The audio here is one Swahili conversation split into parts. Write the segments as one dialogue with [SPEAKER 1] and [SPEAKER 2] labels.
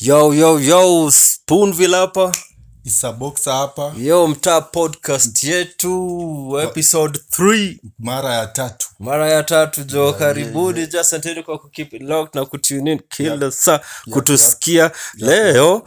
[SPEAKER 1] yo yo yo spoonville hapa
[SPEAKER 2] isaboksa hapa
[SPEAKER 1] yo mtaa podcast yetu episode 3
[SPEAKER 2] mara ya tatu
[SPEAKER 1] mara ya tatu jo karibuni jo asanteni kwa kukeep it locked na kutune in kila saa kutusikia leo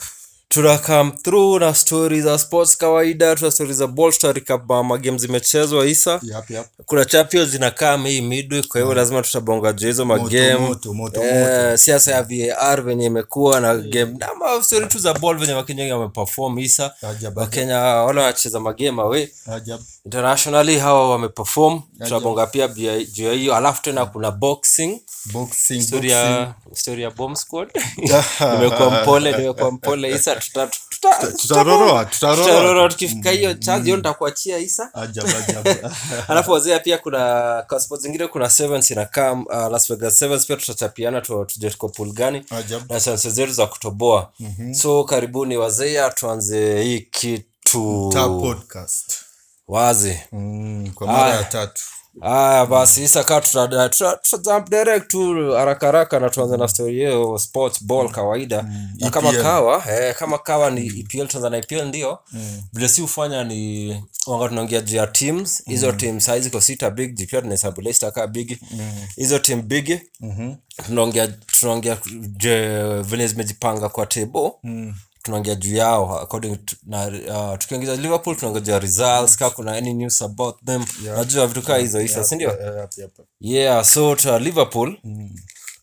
[SPEAKER 1] tuna come through na stori za sports kawaida tuna stori za bolsta rikaba magame zimechezwa isa
[SPEAKER 2] yap yap
[SPEAKER 1] kuna champions zinakaa hii midweek kwa hivyo lazima tutabonga juu hizo magame
[SPEAKER 2] Mm. moto, moto, Eh.
[SPEAKER 1] Eh, siasa ya var venye imekuwa na game nama stori tu za ball venye wakenya wengi wameperform isa
[SPEAKER 2] Ajabu,
[SPEAKER 1] wakenya wale wanacheza magame awe
[SPEAKER 2] ajab
[SPEAKER 1] internationally hawa wameperform tutabonga pia bia- juu ya hiyo alafu tena kuna boxing
[SPEAKER 2] boxing
[SPEAKER 1] story ya story ya bomb squad nimekuwa mpole nimekuwa mpole isa tuta tuta-
[SPEAKER 2] tutaroroa, tutaroroa.
[SPEAKER 1] tutaroroa tukifika
[SPEAKER 2] Mm.
[SPEAKER 1] hiyo chance hiyo nitakuachia isa
[SPEAKER 2] ajab ajab
[SPEAKER 1] alafu wazee pia kuna kwa sports zingine kuna sevens inakaa uh, las vegas sevens pia tutachapiana tu- tujue tuko pool
[SPEAKER 2] Ah,
[SPEAKER 1] gani
[SPEAKER 2] Ajabu.
[SPEAKER 1] na chances zetu za kutoboa so karibuni wazee tuanze hii kitu
[SPEAKER 2] ta podcast
[SPEAKER 1] wazi
[SPEAKER 2] mm, kwa mara
[SPEAKER 1] Aya.
[SPEAKER 2] ya tatu
[SPEAKER 1] haya basi isa kaa tuta- tuta- tuta jump direct tu haraka haraka na tuanze na story hiyo sports ball kawaida na kama
[SPEAKER 2] EPL.
[SPEAKER 1] kawa eh, kama kawa ni epl tuanza na epl ndio vile si hufanya ni wanga tunaongea juu ya teams hizo teams saizi ziko sita big jipia tunahesabu leicester kaa big hizo team big tunaongea tunaongea je- vile zimejipanga kwa table tunaongea juu yao according to, na uh, tukiongeza liverpool tunaongea juu ya results kaa kuna any news about them najua vitu kaa hizo isa sindio
[SPEAKER 2] Eh, yap yap
[SPEAKER 1] yeah so ta liverpool
[SPEAKER 2] Mm.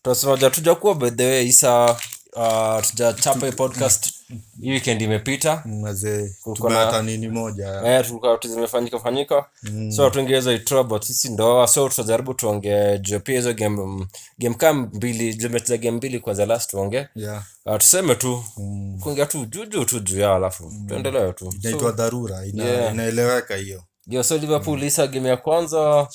[SPEAKER 1] tunasema ja tujakuwa by the way isa uh, tujachapa hii podcast hii weekend imepita
[SPEAKER 2] Mm. mzee
[SPEAKER 1] Kulikuwa na-
[SPEAKER 2] tumepata nini moja
[SPEAKER 1] Eh, tulikuwa tu zimefanyika fanyika
[SPEAKER 2] Mm.
[SPEAKER 1] so hatuingiza itrobot sisi ndoa so tutajaribu tuongee juu pia hizo game mm, game kaa mbili zimecheza game mbili kwanza last tuongee
[SPEAKER 2] yeah
[SPEAKER 1] Ah, tuseme tu kuongea tu juujuu tu juu yao alafu tuendelee tu
[SPEAKER 2] Mm. inaitwa dharura ina,
[SPEAKER 1] Yeah.
[SPEAKER 2] inaeleweka hiyo
[SPEAKER 1] Yo, so liverpool isa game ya kwanza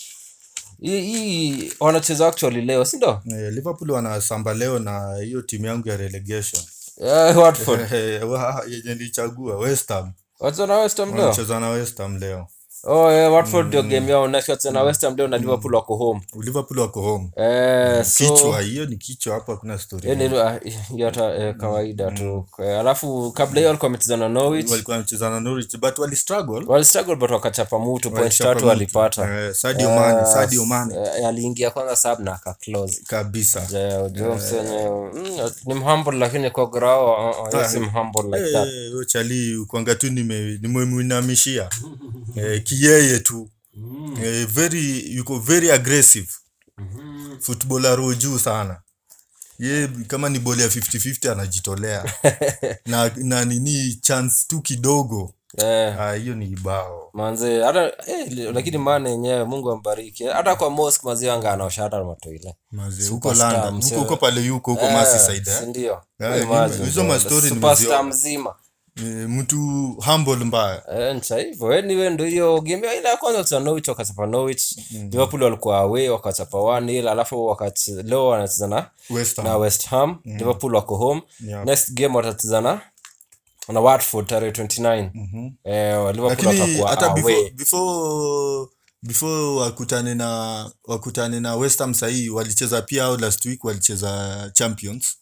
[SPEAKER 1] hii hii wanacheza actually leo sindo
[SPEAKER 2] eh, liverpool wanasamba leo na hiyo timu yangu ya relegation
[SPEAKER 1] Eh, watford
[SPEAKER 2] Eh, wa- yenye nilichagua west ham
[SPEAKER 1] wacheza na west ham leo
[SPEAKER 2] wanacheza na west ham leo
[SPEAKER 1] oh, yeah, watford ndio game yao next wacheza na west ham leo na liverpool wako home
[SPEAKER 2] liverpool wako home
[SPEAKER 1] eh, so
[SPEAKER 2] kichwa hiyo ni kichwa hapa kuna story
[SPEAKER 1] yani, ah, hiyo hata eh, kawaida tu Eh, alafu kabla hiyo walikuwa wamecheza na norwich
[SPEAKER 2] walikuwa wanacheza na Norwich but wali struggle
[SPEAKER 1] walistruggle but wakachapa mutu point
[SPEAKER 2] Walichapa
[SPEAKER 1] tatu
[SPEAKER 2] mtu.
[SPEAKER 1] walipata
[SPEAKER 2] Eh, Sadio Mane Sadio Mane
[SPEAKER 1] Eh, aliingia kwanza sab na akaclose
[SPEAKER 2] kabisa
[SPEAKER 1] Jeo, Jobs wenyewe, mm, ni mhumble lakini kwa grao uh, uh, si mhumble like that
[SPEAKER 2] Eh, huyo chali ukwanga tu nime- nimemwinamishia eh, kiyeye tu
[SPEAKER 1] Mm.
[SPEAKER 2] eh, very yuko very aggressive
[SPEAKER 1] Mm-hmm.
[SPEAKER 2] footballer wa juu sana ye kama ni boli ya 50-50 anajitolea na, na nini chance tu kidogo
[SPEAKER 1] eh,
[SPEAKER 2] Ah, hiyo ni bao
[SPEAKER 1] manze hata eh, li- lakini maana yenyewe mungu ambariki hata kwa mosque maziwa anga anaosha hata matoile
[SPEAKER 2] mazee huko
[SPEAKER 1] Superstar,
[SPEAKER 2] London
[SPEAKER 1] msee.
[SPEAKER 2] huko huko pale yuko huko Merseyside eh.
[SPEAKER 1] sindio
[SPEAKER 2] Yeah,
[SPEAKER 1] Imagine,
[SPEAKER 2] mimi- hizo
[SPEAKER 1] bro,
[SPEAKER 2] mastori
[SPEAKER 1] superstar
[SPEAKER 2] nimeziona.
[SPEAKER 1] mzima
[SPEAKER 2] Eh, mtu humble mbaya
[SPEAKER 1] Eh, ncha hivyo anyway ndo hiyo game yao ile ya kwanza cha norwich wakachapa norwich
[SPEAKER 2] Mm.
[SPEAKER 1] liverpool walikuwa away wakachapa one ile alafu wakati- leo wanacheza na
[SPEAKER 2] West Ham.
[SPEAKER 1] na west ham
[SPEAKER 2] Mm.
[SPEAKER 1] liverpool wako home
[SPEAKER 2] Yeah.
[SPEAKER 1] next game watacheza na na watford tarehe 29 eh, liverpool
[SPEAKER 2] Mm. Mhm. lakini
[SPEAKER 1] watakuwa
[SPEAKER 2] hata before,
[SPEAKER 1] away
[SPEAKER 2] before, before wakutane na wakutane na West Ham sahii walicheza pia au last week walicheza champions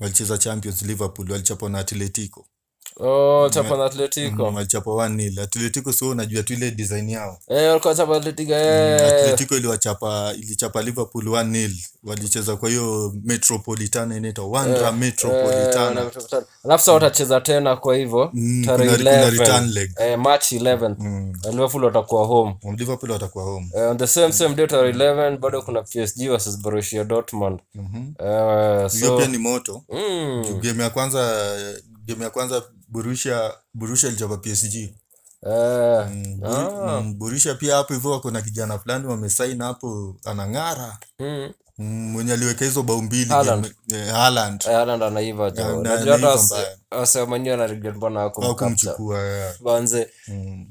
[SPEAKER 2] walicheza champions liverpool walichapwa na atletico
[SPEAKER 1] oh, chapa na atletico
[SPEAKER 2] Mm, walichapwa 1-0 atletico sio unajua tu ile design yao
[SPEAKER 1] eh, walikuwa chapa atletico eh.
[SPEAKER 2] Mm, atletico iliwachapa ilichapa liverpool 1-0 walicheza kwa hiyo metropolitana inaitwa wandra metropolitana
[SPEAKER 1] Eh, alafu saa watacheza tena kwa hivyo
[SPEAKER 2] Mm,
[SPEAKER 1] tarehe
[SPEAKER 2] kuna- kuna
[SPEAKER 1] 11
[SPEAKER 2] return leg.
[SPEAKER 1] eh, march 11
[SPEAKER 2] Mm.
[SPEAKER 1] liverpool watakuwa home
[SPEAKER 2] liverpool watakuwa home
[SPEAKER 1] Eh, on the same same day
[SPEAKER 2] Mm.
[SPEAKER 1] tarehe 11 bado kuna PSG versus Borussia Dortmund.
[SPEAKER 2] Mm-hmm.
[SPEAKER 1] Eh,
[SPEAKER 2] hiyo
[SPEAKER 1] so
[SPEAKER 2] pia ni moto
[SPEAKER 1] mm,
[SPEAKER 2] game ya kwanza game ya kwanza Borussia Borussia ilichapa PSG
[SPEAKER 1] eh,
[SPEAKER 2] Boru- mm, Borussia pia hapo hivyo wako na kijana fulani wamesaini hapo anang'ara
[SPEAKER 1] mm,
[SPEAKER 2] Mm, mwenye aliweka hizo bao mbili
[SPEAKER 1] Haaland.
[SPEAKER 2] game- eh, Haaland
[SPEAKER 1] eh, Haaland anaiva jo.
[SPEAKER 2] Eh, na-
[SPEAKER 1] Unajua hata
[SPEAKER 2] anaiva
[SPEAKER 1] wase-
[SPEAKER 2] mbaya.
[SPEAKER 1] wase wa Man U wana regret mbona hawakumkapta.
[SPEAKER 2] hawakumchukua eh.
[SPEAKER 1] Banze.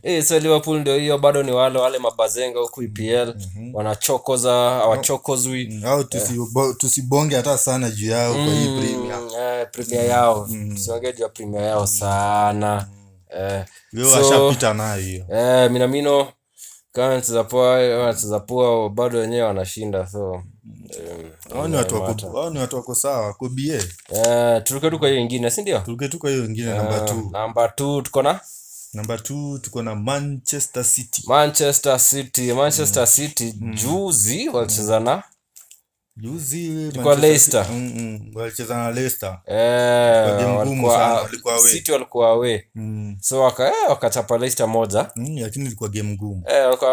[SPEAKER 1] Eh, so Liverpool ndio hiyo bado ni wale wale mabazenga huku
[SPEAKER 2] Mm.
[SPEAKER 1] EPL
[SPEAKER 2] Mm-hmm.
[SPEAKER 1] wanachokoza
[SPEAKER 2] Oh.
[SPEAKER 1] hawachokozwi.
[SPEAKER 2] au tusibo- tusibonge hata sana juu yao Mm. kwa hii premier Mm.
[SPEAKER 1] Mm, eh, premier yao tusiongee juu ya premier yao sana Eh,
[SPEAKER 2] Hiyo
[SPEAKER 1] so-
[SPEAKER 2] washapita nayo hiyo
[SPEAKER 1] eh, minamino kama wanacheza poa wanacheza poa bado wenyewe wanashinda so em,
[SPEAKER 2] hao ni watu wako hao ni watu wako sawa wako BA
[SPEAKER 1] Eh, turuke tu kwa hiyo ingine si ndio Eh,
[SPEAKER 2] turuke tu kwa hiyo ingine namba 2
[SPEAKER 1] namba t tuko na
[SPEAKER 2] namba 2 tuko na Manchester City
[SPEAKER 1] manchester city manchester
[SPEAKER 2] Mm.
[SPEAKER 1] city juzi walicheza na
[SPEAKER 2] juzi
[SPEAKER 1] Leicester.
[SPEAKER 2] Manchester- Mm, mm, walicheza na Leicester
[SPEAKER 1] eh,
[SPEAKER 2] game ngumu
[SPEAKER 1] walikuwa-
[SPEAKER 2] sana, walikuwa away.
[SPEAKER 1] City walikuwa away
[SPEAKER 2] mm.
[SPEAKER 1] so waka, eh, wakachapa Leicester moja
[SPEAKER 2] Mm, lakini ilikuwa game ngumu
[SPEAKER 1] eh, waka,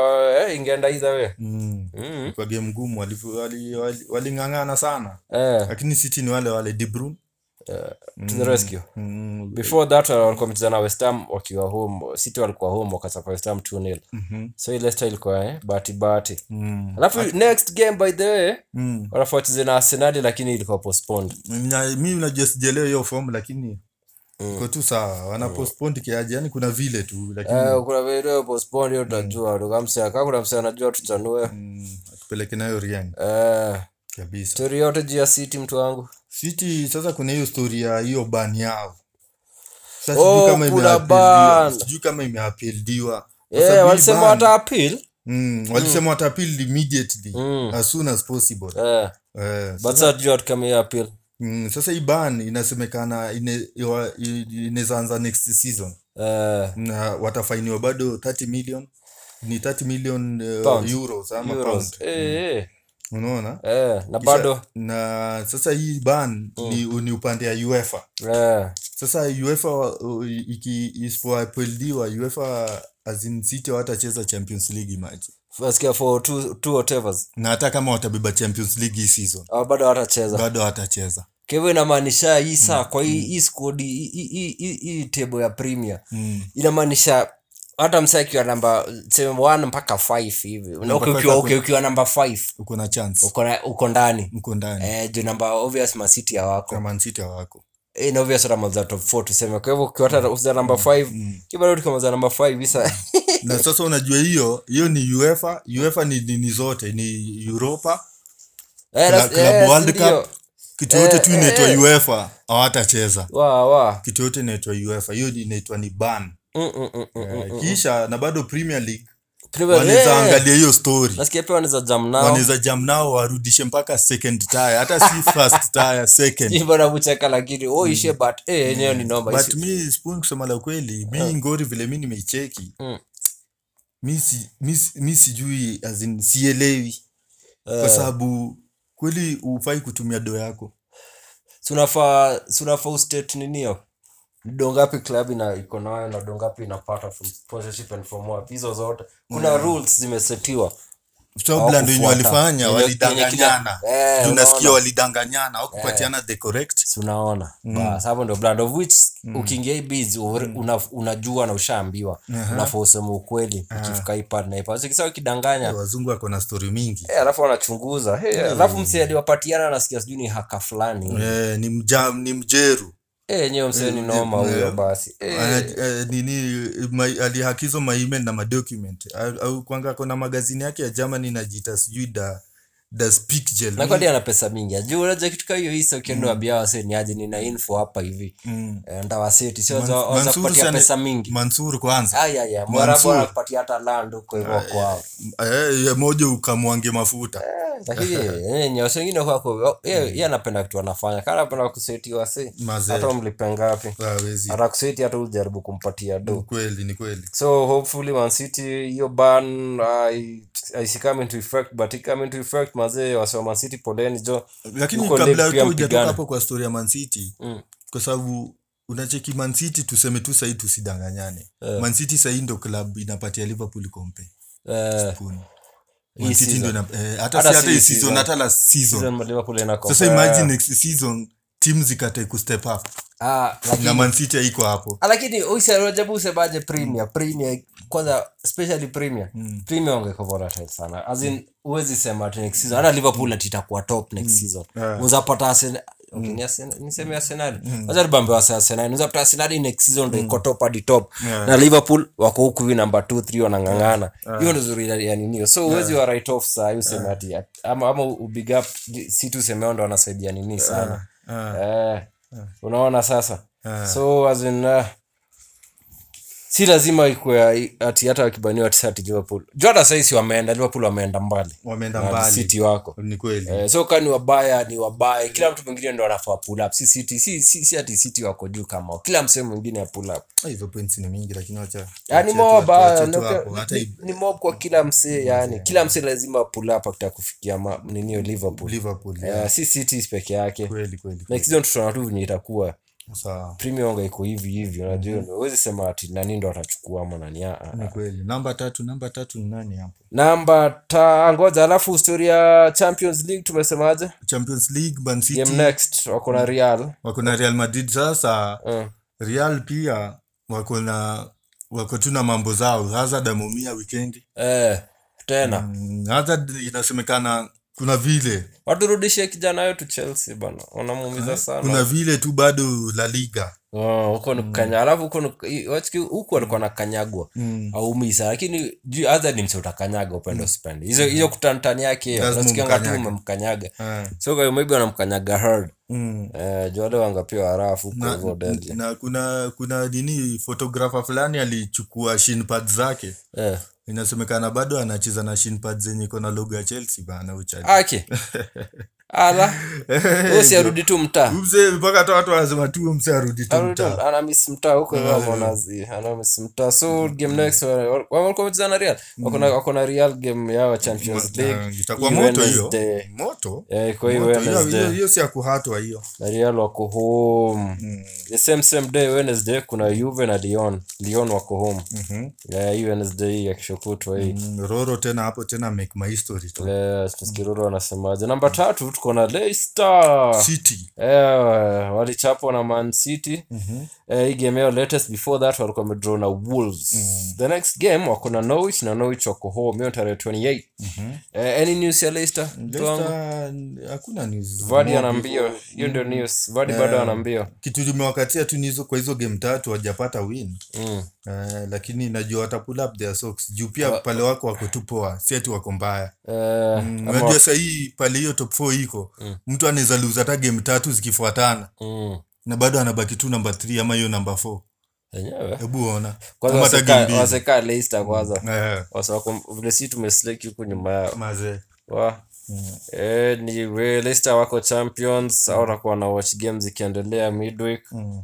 [SPEAKER 1] eh, ingeenda either way
[SPEAKER 2] mm.
[SPEAKER 1] mm.
[SPEAKER 2] ilikuwa game ngumu walivyo- wali- wali- waling'ang'ana sana
[SPEAKER 1] eh,
[SPEAKER 2] lakini City ni wale wale De Bruyne
[SPEAKER 1] to the rescue
[SPEAKER 2] mm.
[SPEAKER 1] before that walikuwa mcheza na West Ham wakiwa home City walikuwa home wakachapa West Ham 2-0
[SPEAKER 2] mhm,
[SPEAKER 1] so hii Leicester ilikuwa eh, bahati bahati
[SPEAKER 2] mm.
[SPEAKER 1] alafu next game by the way
[SPEAKER 2] Mm.
[SPEAKER 1] walikuwa wacheze na Arsenal lakini ilikuwa postponed
[SPEAKER 2] Na- mi najua sijaelewa hiyo fomu lakini
[SPEAKER 1] Mm.
[SPEAKER 2] iko tu sawa wanapostpond kiaje yani kuna vile tu lakini
[SPEAKER 1] Eh, kuna video postponed hiyo tutajua
[SPEAKER 2] Hmm.
[SPEAKER 1] mm. msea kama kuna msea anajua tutanue
[SPEAKER 2] mm, tupeleke nayo Ryan
[SPEAKER 1] eh,
[SPEAKER 2] kabisa
[SPEAKER 1] story yote juu ya City mtu wangu
[SPEAKER 2] City sasa kuna hiyo story ya hiyo ban yao sasa
[SPEAKER 1] Oh,
[SPEAKER 2] sijui kama
[SPEAKER 1] kuna
[SPEAKER 2] imeapeliwa
[SPEAKER 1] ban.
[SPEAKER 2] sijui kama imeapeliwa Sasa
[SPEAKER 1] eh,
[SPEAKER 2] hii
[SPEAKER 1] walisema
[SPEAKER 2] ban-
[SPEAKER 1] hata appeal
[SPEAKER 2] mm, walisema watapil immediately
[SPEAKER 1] Mm.
[SPEAKER 2] as soon as possible
[SPEAKER 1] eh,
[SPEAKER 2] eh,
[SPEAKER 1] but sasa tujua tukamia appeal
[SPEAKER 2] mm, sasa hii ban inasemekana ine- iwa- i- inaweza anza next season
[SPEAKER 1] eh,
[SPEAKER 2] na watafainiwa bado 30 million ni 30 million uh,
[SPEAKER 1] Pounds.
[SPEAKER 2] euros ama
[SPEAKER 1] euros
[SPEAKER 2] pound
[SPEAKER 1] eh, eh,
[SPEAKER 2] unaona
[SPEAKER 1] eh, na
[SPEAKER 2] Hmm. Kisha-
[SPEAKER 1] bado
[SPEAKER 2] na sasa hii ban ni,
[SPEAKER 1] Mm.
[SPEAKER 2] ni upande ya uefa
[SPEAKER 1] eh,
[SPEAKER 2] sasa uefa wa- u- iki- isipoapeliwa uefa azin city watacheza champions league match
[SPEAKER 1] wasikia for two, two whatevers
[SPEAKER 2] na hata kama watabeba champions league hii season
[SPEAKER 1] au bado watacheza
[SPEAKER 2] bado watacheza
[SPEAKER 1] kevo inamaanisha hii saa kwa hii hii skodi hii tebo ya premier
[SPEAKER 2] mm.
[SPEAKER 1] inamaanisha hata msa akiwa namba seme one mpaka five hivi Una-
[SPEAKER 2] Mpaka
[SPEAKER 1] ukiwa-
[SPEAKER 2] kwa-
[SPEAKER 1] uki- ukiwa namba five
[SPEAKER 2] uko na chance
[SPEAKER 1] uko na- uko ndani
[SPEAKER 2] mko ndani
[SPEAKER 1] eh, juu namba obvious masiti ya wako
[SPEAKER 2] kwa man city hawako
[SPEAKER 1] eh, na obvious hata mazaa top four tuseme kwa hivyo ukiwa hata uza namba
[SPEAKER 2] Mm.
[SPEAKER 1] five kibado tukamazaa namba five isa Eh,
[SPEAKER 2] na sasa unajua hiyo hiyo ni uefa uefa ni nini zote ni europa
[SPEAKER 1] Eh,
[SPEAKER 2] Club-
[SPEAKER 1] that's-
[SPEAKER 2] Club
[SPEAKER 1] yes,
[SPEAKER 2] World Cup.
[SPEAKER 1] ndio.
[SPEAKER 2] kitu yote tu
[SPEAKER 1] Eh,
[SPEAKER 2] inaitwa
[SPEAKER 1] eh, eh.
[SPEAKER 2] uefa hawatacheza
[SPEAKER 1] wa wa
[SPEAKER 2] kitu yote inaitwa uefa hiyo ni- inaitwa ni ban
[SPEAKER 1] Mm, mm, mm, mm, mm.
[SPEAKER 2] kisha na bado premier league
[SPEAKER 1] Premier-
[SPEAKER 2] wanaweza
[SPEAKER 1] eh,
[SPEAKER 2] angalia hiyo story
[SPEAKER 1] nasikia pia wanaweza jam nao
[SPEAKER 2] wanaweza jam nao warudishe mpaka second tire hata si first tire second
[SPEAKER 1] bana kucheka lakini oh, ishe but eh, yenyewe ni noma
[SPEAKER 2] Mm.
[SPEAKER 1] Eh.
[SPEAKER 2] but
[SPEAKER 1] isi-
[SPEAKER 2] mi spoon kusema la kweli mi ngori vile mi nimeicheki
[SPEAKER 1] Mm.
[SPEAKER 2] mi si- mi si- mi sijui as in sielewi kwa
[SPEAKER 1] Eh.
[SPEAKER 2] sababu kweli hufai kutumia do yako
[SPEAKER 1] Si unafaa si unafaa ustate nini hiyo dongapi club ina iko nayo na dongapi inapata from sponsorship and from wapi hizo zote kuna rules zimesetiwa
[SPEAKER 2] Scotland wenye
[SPEAKER 1] Hawakufuata.
[SPEAKER 2] Mm. walifanya
[SPEAKER 1] Wenye-
[SPEAKER 2] walidanganyana
[SPEAKER 1] wenye kila- Eh,
[SPEAKER 2] Juu nasikia
[SPEAKER 1] unaona.
[SPEAKER 2] walidanganyana wakupatiana the correct
[SPEAKER 1] si unaona
[SPEAKER 2] Mm.
[SPEAKER 1] Bas, hapo ndio brand of which ukiingia hii biz ure- una- unajua na ushaambiwa
[SPEAKER 2] Mm. Uh-huh.
[SPEAKER 1] unafaa useme ukweli ukifika hii part na hii part. So, kisa ukidanganya
[SPEAKER 2] Eh, wazungu wako na story mingi
[SPEAKER 1] eh, alafu wanachunguza Eh,
[SPEAKER 2] Mm.
[SPEAKER 1] alafu msee aliwapatiana nasikia sijui ni haka fulani
[SPEAKER 2] eh, ni, mja, ni mjeru
[SPEAKER 1] Eh, yenyewe msee ni noma huyo basi Eh,
[SPEAKER 2] Ana- eh, nini ma, alihakizwa maemail na madocument au au kwanga akona magazini yake ya germany inajiita sijui da da Spiegel.
[SPEAKER 1] na kwani ana pesa mingi ajuu unaja kitu kaa hiyo isa ukienda
[SPEAKER 2] Mm.
[SPEAKER 1] wabia wase ni aje nina info hapa hivi Eh, ndawaseti sio za-
[SPEAKER 2] Mansur
[SPEAKER 1] waza kupatia
[SPEAKER 2] sana-
[SPEAKER 1] pesa mingi
[SPEAKER 2] Mansur kwanza
[SPEAKER 1] aya ya mwarabu
[SPEAKER 2] Mansur.
[SPEAKER 1] anakupatia hata land huko hivyo kwao
[SPEAKER 2] eh, ya moja ukamwange mafuta
[SPEAKER 1] Ah. Eh, lakini eh, nyosho ingine kwako oh,
[SPEAKER 2] Mm.
[SPEAKER 1] ye anapenda kitu anafanya kaa anapenda kuseti wase
[SPEAKER 2] Mazee.
[SPEAKER 1] hata umlipe
[SPEAKER 2] Mm.
[SPEAKER 1] ngapi
[SPEAKER 2] hawezi
[SPEAKER 1] hata kuseti hata ujaribu kumpatia do
[SPEAKER 2] kweli Ah, ni kweli
[SPEAKER 1] so hopefully Man City hiyo ban I, I see come into effect but it come into effect mazee wasewa Man City poleni jo
[SPEAKER 2] lakini
[SPEAKER 1] Huko
[SPEAKER 2] kabla
[SPEAKER 1] League pia
[SPEAKER 2] tu ujatoka
[SPEAKER 1] mpigane.
[SPEAKER 2] hapo kwa story ya mancity
[SPEAKER 1] Mm.
[SPEAKER 2] kwa sababu unacheki mancity tuseme tu sahii tusidanganyane
[SPEAKER 1] Eh.
[SPEAKER 2] mancity sahii ndo klabu inapatia liverpool kompe
[SPEAKER 1] eh,
[SPEAKER 2] Kuni.
[SPEAKER 1] Hii
[SPEAKER 2] Man City
[SPEAKER 1] season.
[SPEAKER 2] ndo ina- eh, hata
[SPEAKER 1] Hata
[SPEAKER 2] si hata
[SPEAKER 1] si
[SPEAKER 2] hii
[SPEAKER 1] season.
[SPEAKER 2] season, hata last season.
[SPEAKER 1] season mlima kule na
[SPEAKER 2] sasa
[SPEAKER 1] compare.
[SPEAKER 2] imagine next season tim zikatae kustep up
[SPEAKER 1] Ah, lakini-
[SPEAKER 2] na mancity haiko hapo
[SPEAKER 1] Ah, lakini usiajabu usemaje premier premier kwanza especially premier
[SPEAKER 2] Mm.
[SPEAKER 1] premier wangekuwa volatile sana as in huwezi sema ati next season hata liverpool ati itakuwa top next season
[SPEAKER 2] Mm. Yeah. Mm.
[SPEAKER 1] uzapata Arsenal- Okay, ni Arsenal- niseme arsenali wacha tubambe wase arsenali uzapata arsenali next season ndo iko top hadi top
[SPEAKER 2] Yeah.
[SPEAKER 1] na liverpool wako huku hivi namba 2 3 wanang'ang'ana hiyo ndo zuri ya- ya ninio so huwezi wa write off saa hii useme ati ama, ama ubig up si tu useme hao ndo wanasaidia nini sana
[SPEAKER 2] Ah.
[SPEAKER 1] eh, unaona sasa so as in, uh, eh, si lazima ikue ati hata wakibaniwa ati sati liverpool jota saisi wameenda liverpool wameenda mbali
[SPEAKER 2] wameenda
[SPEAKER 1] Na
[SPEAKER 2] mbali
[SPEAKER 1] city wako
[SPEAKER 2] ni kweli
[SPEAKER 1] Eh, so ka ni wabaya ni wabaya kila mtu mwingine ndo anafaa pull up si city si, si, si ati city wako juu kama kila msehemu mwingine ya pull up
[SPEAKER 2] Ah, hizo points ni mingi lakini wacha
[SPEAKER 1] yani
[SPEAKER 2] wacha tu-
[SPEAKER 1] mob ah,
[SPEAKER 2] wacha tu hapo. Hata
[SPEAKER 1] ni, ni mob kwa kila msee yani kila msee lazima pull up akitaka kufikia ma- nini liverpool
[SPEAKER 2] Liverpool yeah,
[SPEAKER 1] Eh, si city peke yake
[SPEAKER 2] kweli kweli
[SPEAKER 1] next season tutaona tu venye itakuwa
[SPEAKER 2] sawa
[SPEAKER 1] premier League iko hivi hivi unajua
[SPEAKER 2] Mhm.
[SPEAKER 1] ndio huwezi sema ati nani ndo atachukua ama nani ah, ah,
[SPEAKER 2] ni kweli namba tatu namba tatu ni nani hapo
[SPEAKER 1] namba ta ngoja alafu story ya champions league tumesemaje
[SPEAKER 2] Champions League Man City
[SPEAKER 1] game next wako
[SPEAKER 2] Mhm.
[SPEAKER 1] na real
[SPEAKER 2] wako na Real Madrid sasa
[SPEAKER 1] Eh,
[SPEAKER 2] Real pia wako na wako tu na mambo zao Hazard ameumia weekend
[SPEAKER 1] eh, tena
[SPEAKER 2] Mm, Hazard inasemekana kuna vile
[SPEAKER 1] waturudishe kijana yetu chelsea bana wanamuumiza
[SPEAKER 2] Eh, kuna Mm.
[SPEAKER 1] sana
[SPEAKER 2] vile tu bado La Liga
[SPEAKER 1] Oh, huko ni kukanya alafu huko ni- i- wachiki- huku alikuwa nakanyagwa
[SPEAKER 2] Mm.
[SPEAKER 1] aumii sana lakini juu adha ni mse utakanyaga upendo usipende hizo hizo kutanitani yake hiyo
[SPEAKER 2] Mm. Lazima
[SPEAKER 1] nasikianga tu
[SPEAKER 2] umkanyage.
[SPEAKER 1] umemkanyaga
[SPEAKER 2] Eh.
[SPEAKER 1] so kwa hiyo maybe wanamkanyaga hard
[SPEAKER 2] Mm.
[SPEAKER 1] eh, juu wale wangapewa harafu huko
[SPEAKER 2] na,
[SPEAKER 1] hivyo deadly.
[SPEAKER 2] na kuna kuna nini photographer fulani alichukua shin pads zake
[SPEAKER 1] eh.
[SPEAKER 2] inasemekana bado anacheza na shin pads zenye iko na logo ya chelsea bana uchaji
[SPEAKER 1] ake ala usi arudi tu mtaa
[SPEAKER 2] mzee mpaka hata watu wanasema tu huyu mzee arudi tu
[SPEAKER 1] Arudi tu-
[SPEAKER 2] Mm, mtaa Ah.
[SPEAKER 1] anamis mtaa huko hivyo wanazi anamis mtaa so
[SPEAKER 2] Mm,
[SPEAKER 1] game next wa- wa- walikuwa wamecheza na real wako na- wako na real game yao ya champions league
[SPEAKER 2] Eh, itakuwa
[SPEAKER 1] Hii
[SPEAKER 2] moto hiyo
[SPEAKER 1] Wednesday.
[SPEAKER 2] moto
[SPEAKER 1] Eh, kwa hii
[SPEAKER 2] Moto, hiyo- hiyo-
[SPEAKER 1] wednesday
[SPEAKER 2] hiyo si ya kuhatwa hiyo
[SPEAKER 1] na real wako home
[SPEAKER 2] Mm.
[SPEAKER 1] the same same day wednesday kuna juve na leon leon wako home Eh, hii wednesday hii ya kesho kutwa hii
[SPEAKER 2] Mm-hmm. Mm, roro tena hapo tena make my history tu
[SPEAKER 1] Eh, tusikiroro wanasemaje namba tatu tuko na leicester
[SPEAKER 2] city
[SPEAKER 1] Eh, walichapwa na man city
[SPEAKER 2] Mhm.
[SPEAKER 1] Eh, hii game yao latest before that walikuwa wamedraw na wolves
[SPEAKER 2] Mhm.
[SPEAKER 1] the next game wako na norwich na norwich wako home hiyo ni tarehe 28 Eh, any news ya leicester Tuangu?
[SPEAKER 2] Mhm. Leicester, uh, hakuna news
[SPEAKER 1] vardy
[SPEAKER 2] Moto.
[SPEAKER 1] anaambia hiyo
[SPEAKER 2] Mm.
[SPEAKER 1] ndio news vardy bado anaambia
[SPEAKER 2] kitu limewakatia tu ni hizo kwa hizo game tatu wajapata win
[SPEAKER 1] Mm.
[SPEAKER 2] Eh, lakini najua watapull up their socks juu pia
[SPEAKER 1] Uh,
[SPEAKER 2] pale wako wako tu poa si ati wako mbaya
[SPEAKER 1] Eh,
[SPEAKER 2] Mm,
[SPEAKER 1] ama-
[SPEAKER 2] unajua sahii pale hiyo top 4 iko mtu anaweza lose hata game tatu zikifuatana
[SPEAKER 1] mm.
[SPEAKER 2] na bado anabaki tu namba 3 ama hiyo namba 4
[SPEAKER 1] Yenyewe.
[SPEAKER 2] hebu ona
[SPEAKER 1] Kwanza
[SPEAKER 2] Ama hata
[SPEAKER 1] wasikae-
[SPEAKER 2] game mbili.
[SPEAKER 1] wasikae leicester kwanza
[SPEAKER 2] Eh,
[SPEAKER 1] Wasa- wako- vile si tumesleki huku nyuma yao
[SPEAKER 2] mazee
[SPEAKER 1] Wa.
[SPEAKER 2] Mm.
[SPEAKER 1] Eh, ni we- Leicester wako champions au watakuwa na watch game zikiendelea midweek
[SPEAKER 2] Mm.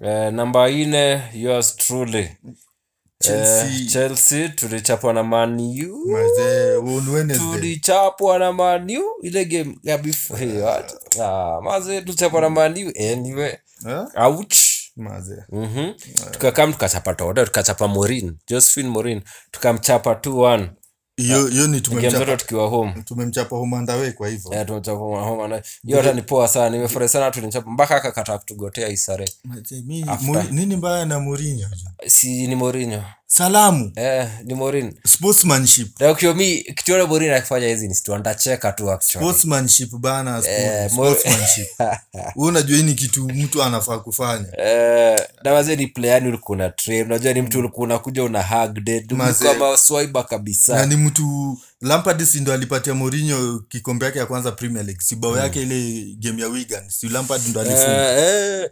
[SPEAKER 1] eh, namba ine yours truly
[SPEAKER 2] Chelsea.
[SPEAKER 1] eh, chelsea tulichapwa na maniu
[SPEAKER 2] mazee on Wednesday
[SPEAKER 1] tulichapwa na maniu ile game ya before hey, what? ah, maze tulichapwa na maniu anyway
[SPEAKER 2] Eh?
[SPEAKER 1] ouch
[SPEAKER 2] mazee
[SPEAKER 1] Mhm. tukakam tukachapa toda tukachapa morin josephine morin tukamchapa 2-1
[SPEAKER 2] hiyo hiyo
[SPEAKER 1] game
[SPEAKER 2] ni
[SPEAKER 1] zote
[SPEAKER 2] tumemchapa
[SPEAKER 1] tukiwa home
[SPEAKER 2] tumemchapa Homandawe kwa hivyo
[SPEAKER 1] Eh, tumechapa Mahoma na hiyo hata ni poa sana nimefurahi sana tulichapa mpaka akakataa kutugotea isare
[SPEAKER 2] Mazee, mi- Mou- nini mbaya na Mourinho
[SPEAKER 1] si ni morinyo
[SPEAKER 2] salamu
[SPEAKER 1] eh, ni morin
[SPEAKER 2] sportsmanship
[SPEAKER 1] nakiomi kitione morin akifanya hizi nisituandacheka tu actually
[SPEAKER 2] sportsmanship bana sport-
[SPEAKER 1] Eh, mo-
[SPEAKER 2] sportsmanship wewe unajua hii ni kitu mtu anafaa kufanya
[SPEAKER 1] Eh, na wazee ni playani ulikuwa una train unajua ni mtu ulikuwa unakuja una hug dead
[SPEAKER 2] Mm. Mazee.
[SPEAKER 1] kama swaiba
[SPEAKER 2] na
[SPEAKER 1] kabisa
[SPEAKER 2] ni mtu Lampard si ndo alipatia Mourinho kikombe yake ya kwanza Premier League si bao yake ile game ya Wigan si Lampard ndo
[SPEAKER 1] Mm. Eh,
[SPEAKER 2] alifunga
[SPEAKER 1] eh,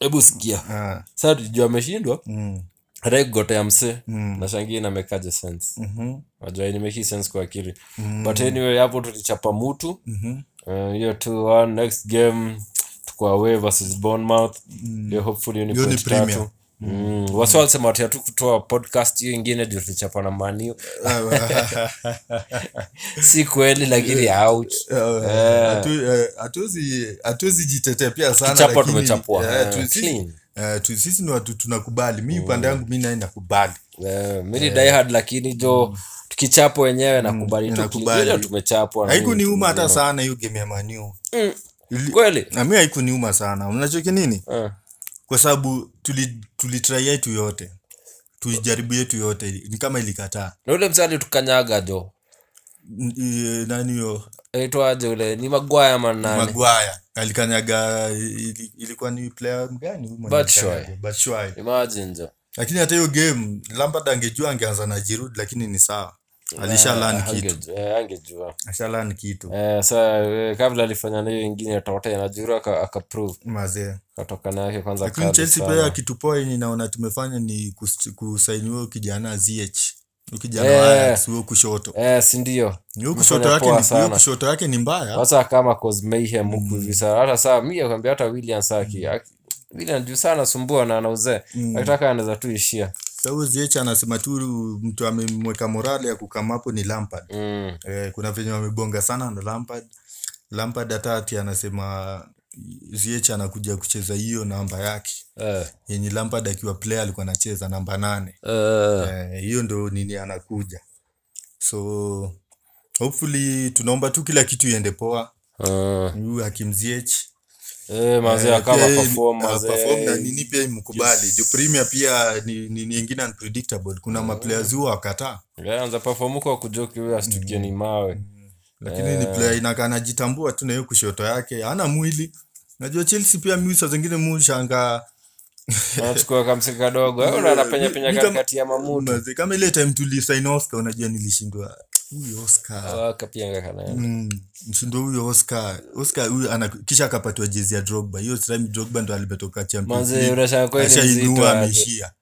[SPEAKER 1] hebu sikia
[SPEAKER 2] Ah,
[SPEAKER 1] sasa tujua ameshindwa
[SPEAKER 2] mm,
[SPEAKER 1] hata kugotea msee
[SPEAKER 2] mm,
[SPEAKER 1] nashangia inamekaje sense
[SPEAKER 2] mhm,
[SPEAKER 1] najua inimeki sense kwa akili
[SPEAKER 2] mm,
[SPEAKER 1] but anyway hapo tulichapa mutu
[SPEAKER 2] mhm,
[SPEAKER 1] Eh, hiyo tu one next game tuko away versus Bournemouth hiyo hopefully hiyo ni
[SPEAKER 2] Mm. Hiyo ni
[SPEAKER 1] point
[SPEAKER 2] premier.
[SPEAKER 1] tatu Mm. wasi walisema watia tu kutoa podcast hiyo ingine ndio tulichapa na manio si kweli lakini out
[SPEAKER 2] Eh, hatu- eh, hatuwezi- hatuwezi jitetea pia sana
[SPEAKER 1] Tukichapwa
[SPEAKER 2] lakini,
[SPEAKER 1] tumechapwa.
[SPEAKER 2] eh,
[SPEAKER 1] Eh,
[SPEAKER 2] tu- sisi-
[SPEAKER 1] clean.
[SPEAKER 2] eh, tu- sisi ni watu tunakubali mi upande yangu mi naye nakubali
[SPEAKER 1] mini Eh,
[SPEAKER 2] Eh.
[SPEAKER 1] diehard lakini jo tukichapo wenyewe nakubali tu
[SPEAKER 2] Mm. nakubali.
[SPEAKER 1] kile tumechapwa na nini.
[SPEAKER 2] haikuniuma hata sana hiyo game ya maniu
[SPEAKER 1] kweli
[SPEAKER 2] nami haikuniuma sana unachoki nini
[SPEAKER 1] Eh,
[SPEAKER 2] kwa sababu tulitrai tuli try yetu yote tulijaribu yetu yote ni kama ilikataa
[SPEAKER 1] na ule msali tukanyaga jo
[SPEAKER 2] N- i- nani hiyo
[SPEAKER 1] aitwaje ule ni magwaya manani
[SPEAKER 2] magwaya alikanyaga ili- ilikuwa ni player mgani huyu mwenye
[SPEAKER 1] Batshuayi.
[SPEAKER 2] alikanyaga? Batshuayi.
[SPEAKER 1] imagine jo
[SPEAKER 2] lakini hata hiyo game lampard angejua angeanza na jirud lakini ni sawa alisha learn kitu
[SPEAKER 1] Hange- eh, angejua
[SPEAKER 2] asha learn kitu
[SPEAKER 1] Eh, sa eh, kabla alifanya na hiyo ingine tote najura aka- akaprove
[SPEAKER 2] mazee
[SPEAKER 1] katoka na yake kwanza
[SPEAKER 2] lakini
[SPEAKER 1] kali
[SPEAKER 2] chelsea
[SPEAKER 1] sana.
[SPEAKER 2] pia kitu poa yenye naona tumefanya ni kus- kusaini huyo kijana zh huyo kijana
[SPEAKER 1] Eh.
[SPEAKER 2] wa Ajax, huyo kushoto
[SPEAKER 1] eh, sindio
[SPEAKER 2] huyo
[SPEAKER 1] Umefanya
[SPEAKER 2] kushoto yake
[SPEAKER 1] poa
[SPEAKER 2] ni- huyo
[SPEAKER 1] sana.
[SPEAKER 2] kushoto yake ni mbaya
[SPEAKER 1] hasa kama cause mayhem
[SPEAKER 2] Mm.
[SPEAKER 1] huku hivi saa hata saa mi akwambia hata william saki aki- william juu sana sumbua na anauzee
[SPEAKER 2] Mm.
[SPEAKER 1] akitaka anaweza tu ishia
[SPEAKER 2] Sasa huyo zh anasema tu mtu amemweka morali ya kukamapo ni lampard
[SPEAKER 1] mm.
[SPEAKER 2] Eh, kuna venye wamebonga sana na Lampard. Lampard hata ati anasema Ziyech anakuja kucheza hiyo namba yake
[SPEAKER 1] eh,
[SPEAKER 2] yenye Lampard akiwa player alikuwa anacheza namba nane.
[SPEAKER 1] eh,
[SPEAKER 2] Eh, hiyo ndo nini anakuja. So hopefully tunaomba tu kila kitu iende poa.
[SPEAKER 1] eh.
[SPEAKER 2] Huyu Hakim Ziyech
[SPEAKER 1] Eh, mazee
[SPEAKER 2] eh,
[SPEAKER 1] akama
[SPEAKER 2] pia yeye
[SPEAKER 1] perform,
[SPEAKER 2] ana
[SPEAKER 1] mazee.
[SPEAKER 2] perform na nini pia imkubali. Juu Premier pia ni ni ni ingine unpredictable. Kuna maplayers huwa wakataa.
[SPEAKER 1] Yeah, Eh, anza perform huko akujoki huyo asitukie
[SPEAKER 2] Mm.
[SPEAKER 1] ni mawe
[SPEAKER 2] lakini ni
[SPEAKER 1] Eh.
[SPEAKER 2] player inakaa anajitambua tu na hiyo kushoto yake hana mwili najua chelsea pia mi saa zingine mi hushanga
[SPEAKER 1] anachukua kamsi kadogo Eh, una anapenya penya
[SPEAKER 2] Mi kama- Mm.
[SPEAKER 1] katikati ya mamutu
[SPEAKER 2] Maze, kama ile time tulisain oscar unajua nilishindwa huyu oscar
[SPEAKER 1] Ah, akapianga kanaenda
[SPEAKER 2] mm, nishindwa huyu oscar oscar huyu ana, kisha akapatiwa jezi ya drogba hiyo time drogba ndo alipetoka champions
[SPEAKER 1] manze
[SPEAKER 2] league
[SPEAKER 1] unashangaa kweli mzito
[SPEAKER 2] ashainua
[SPEAKER 1] aje.
[SPEAKER 2] ameishia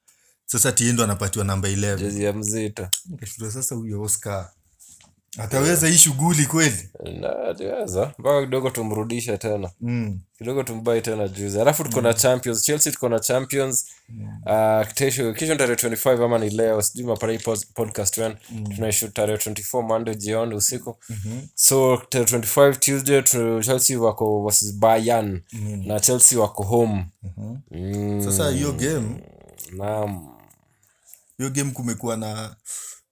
[SPEAKER 2] sasa tiendo anapatiwa namba 11
[SPEAKER 1] jezi ya mzito
[SPEAKER 2] Nikashindwa, sasa huyu oscar ataweza hii shughuli kweli
[SPEAKER 1] Na, aliweza mpaka kidogo tumrudishe tena
[SPEAKER 2] mm.
[SPEAKER 1] kidogo tumbai tena juzi alafu tuko na champions chelsea tuko na champions Ah, kesho kesho ni tarehe 25 ama ni leo sijui maparai pod- podcast when tunaishoot tarehe 24 monday jioni usiku so tarehe 25 tuesday tu- chelsea wako versus bayern na chelsea wako home Mm,
[SPEAKER 2] sasa hiyo game
[SPEAKER 1] naam
[SPEAKER 2] hiyo game kumekuwa na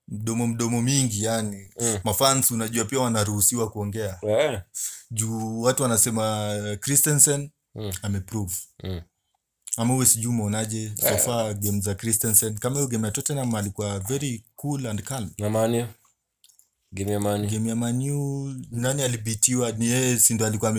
[SPEAKER 2] mdomo mdomo mingi yani
[SPEAKER 1] Mm.
[SPEAKER 2] mafans unajua pia wanaruhusiwa kuongea
[SPEAKER 1] Eh,
[SPEAKER 2] juu watu wanasema eh, christensen ameprove
[SPEAKER 1] Mm. Eh.
[SPEAKER 2] ama uwe sijui umeonaje so far game za christensen kama hiyo game ya tottenham alikuwa very cool and calm
[SPEAKER 1] na mani game ya mani
[SPEAKER 2] game ya maniu nani alibitiwa ni yeye si ndo alikuwa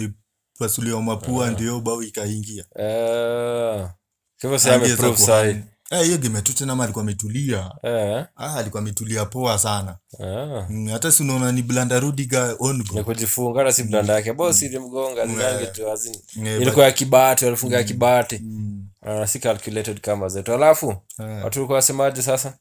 [SPEAKER 2] amepasuliwa mapua ndio hiyo bao ikaingia
[SPEAKER 1] Eh, kwa
[SPEAKER 2] Ah,
[SPEAKER 1] hivyo sasa
[SPEAKER 2] Angeweza
[SPEAKER 1] ameprove
[SPEAKER 2] kuhani.
[SPEAKER 1] sahi
[SPEAKER 2] Eh, hiyo game ya tottenham alikuwa ametulia
[SPEAKER 1] Eh,
[SPEAKER 2] ah, alikuwa ametulia poa sana
[SPEAKER 1] ah.
[SPEAKER 2] Mm, hata si unaona ni blanda rudiga on goal.
[SPEAKER 1] ni kujifunga hata
[SPEAKER 2] Mm.
[SPEAKER 1] si blanda yake bosi ilimgonga zilange tu hazini
[SPEAKER 2] Eh,
[SPEAKER 1] ilikuwa ya kibati walifunga ya kibati
[SPEAKER 2] Mm. Eh.
[SPEAKER 1] Ah, si calculated kama zetu alafu watu walikuwa wasemaje sasa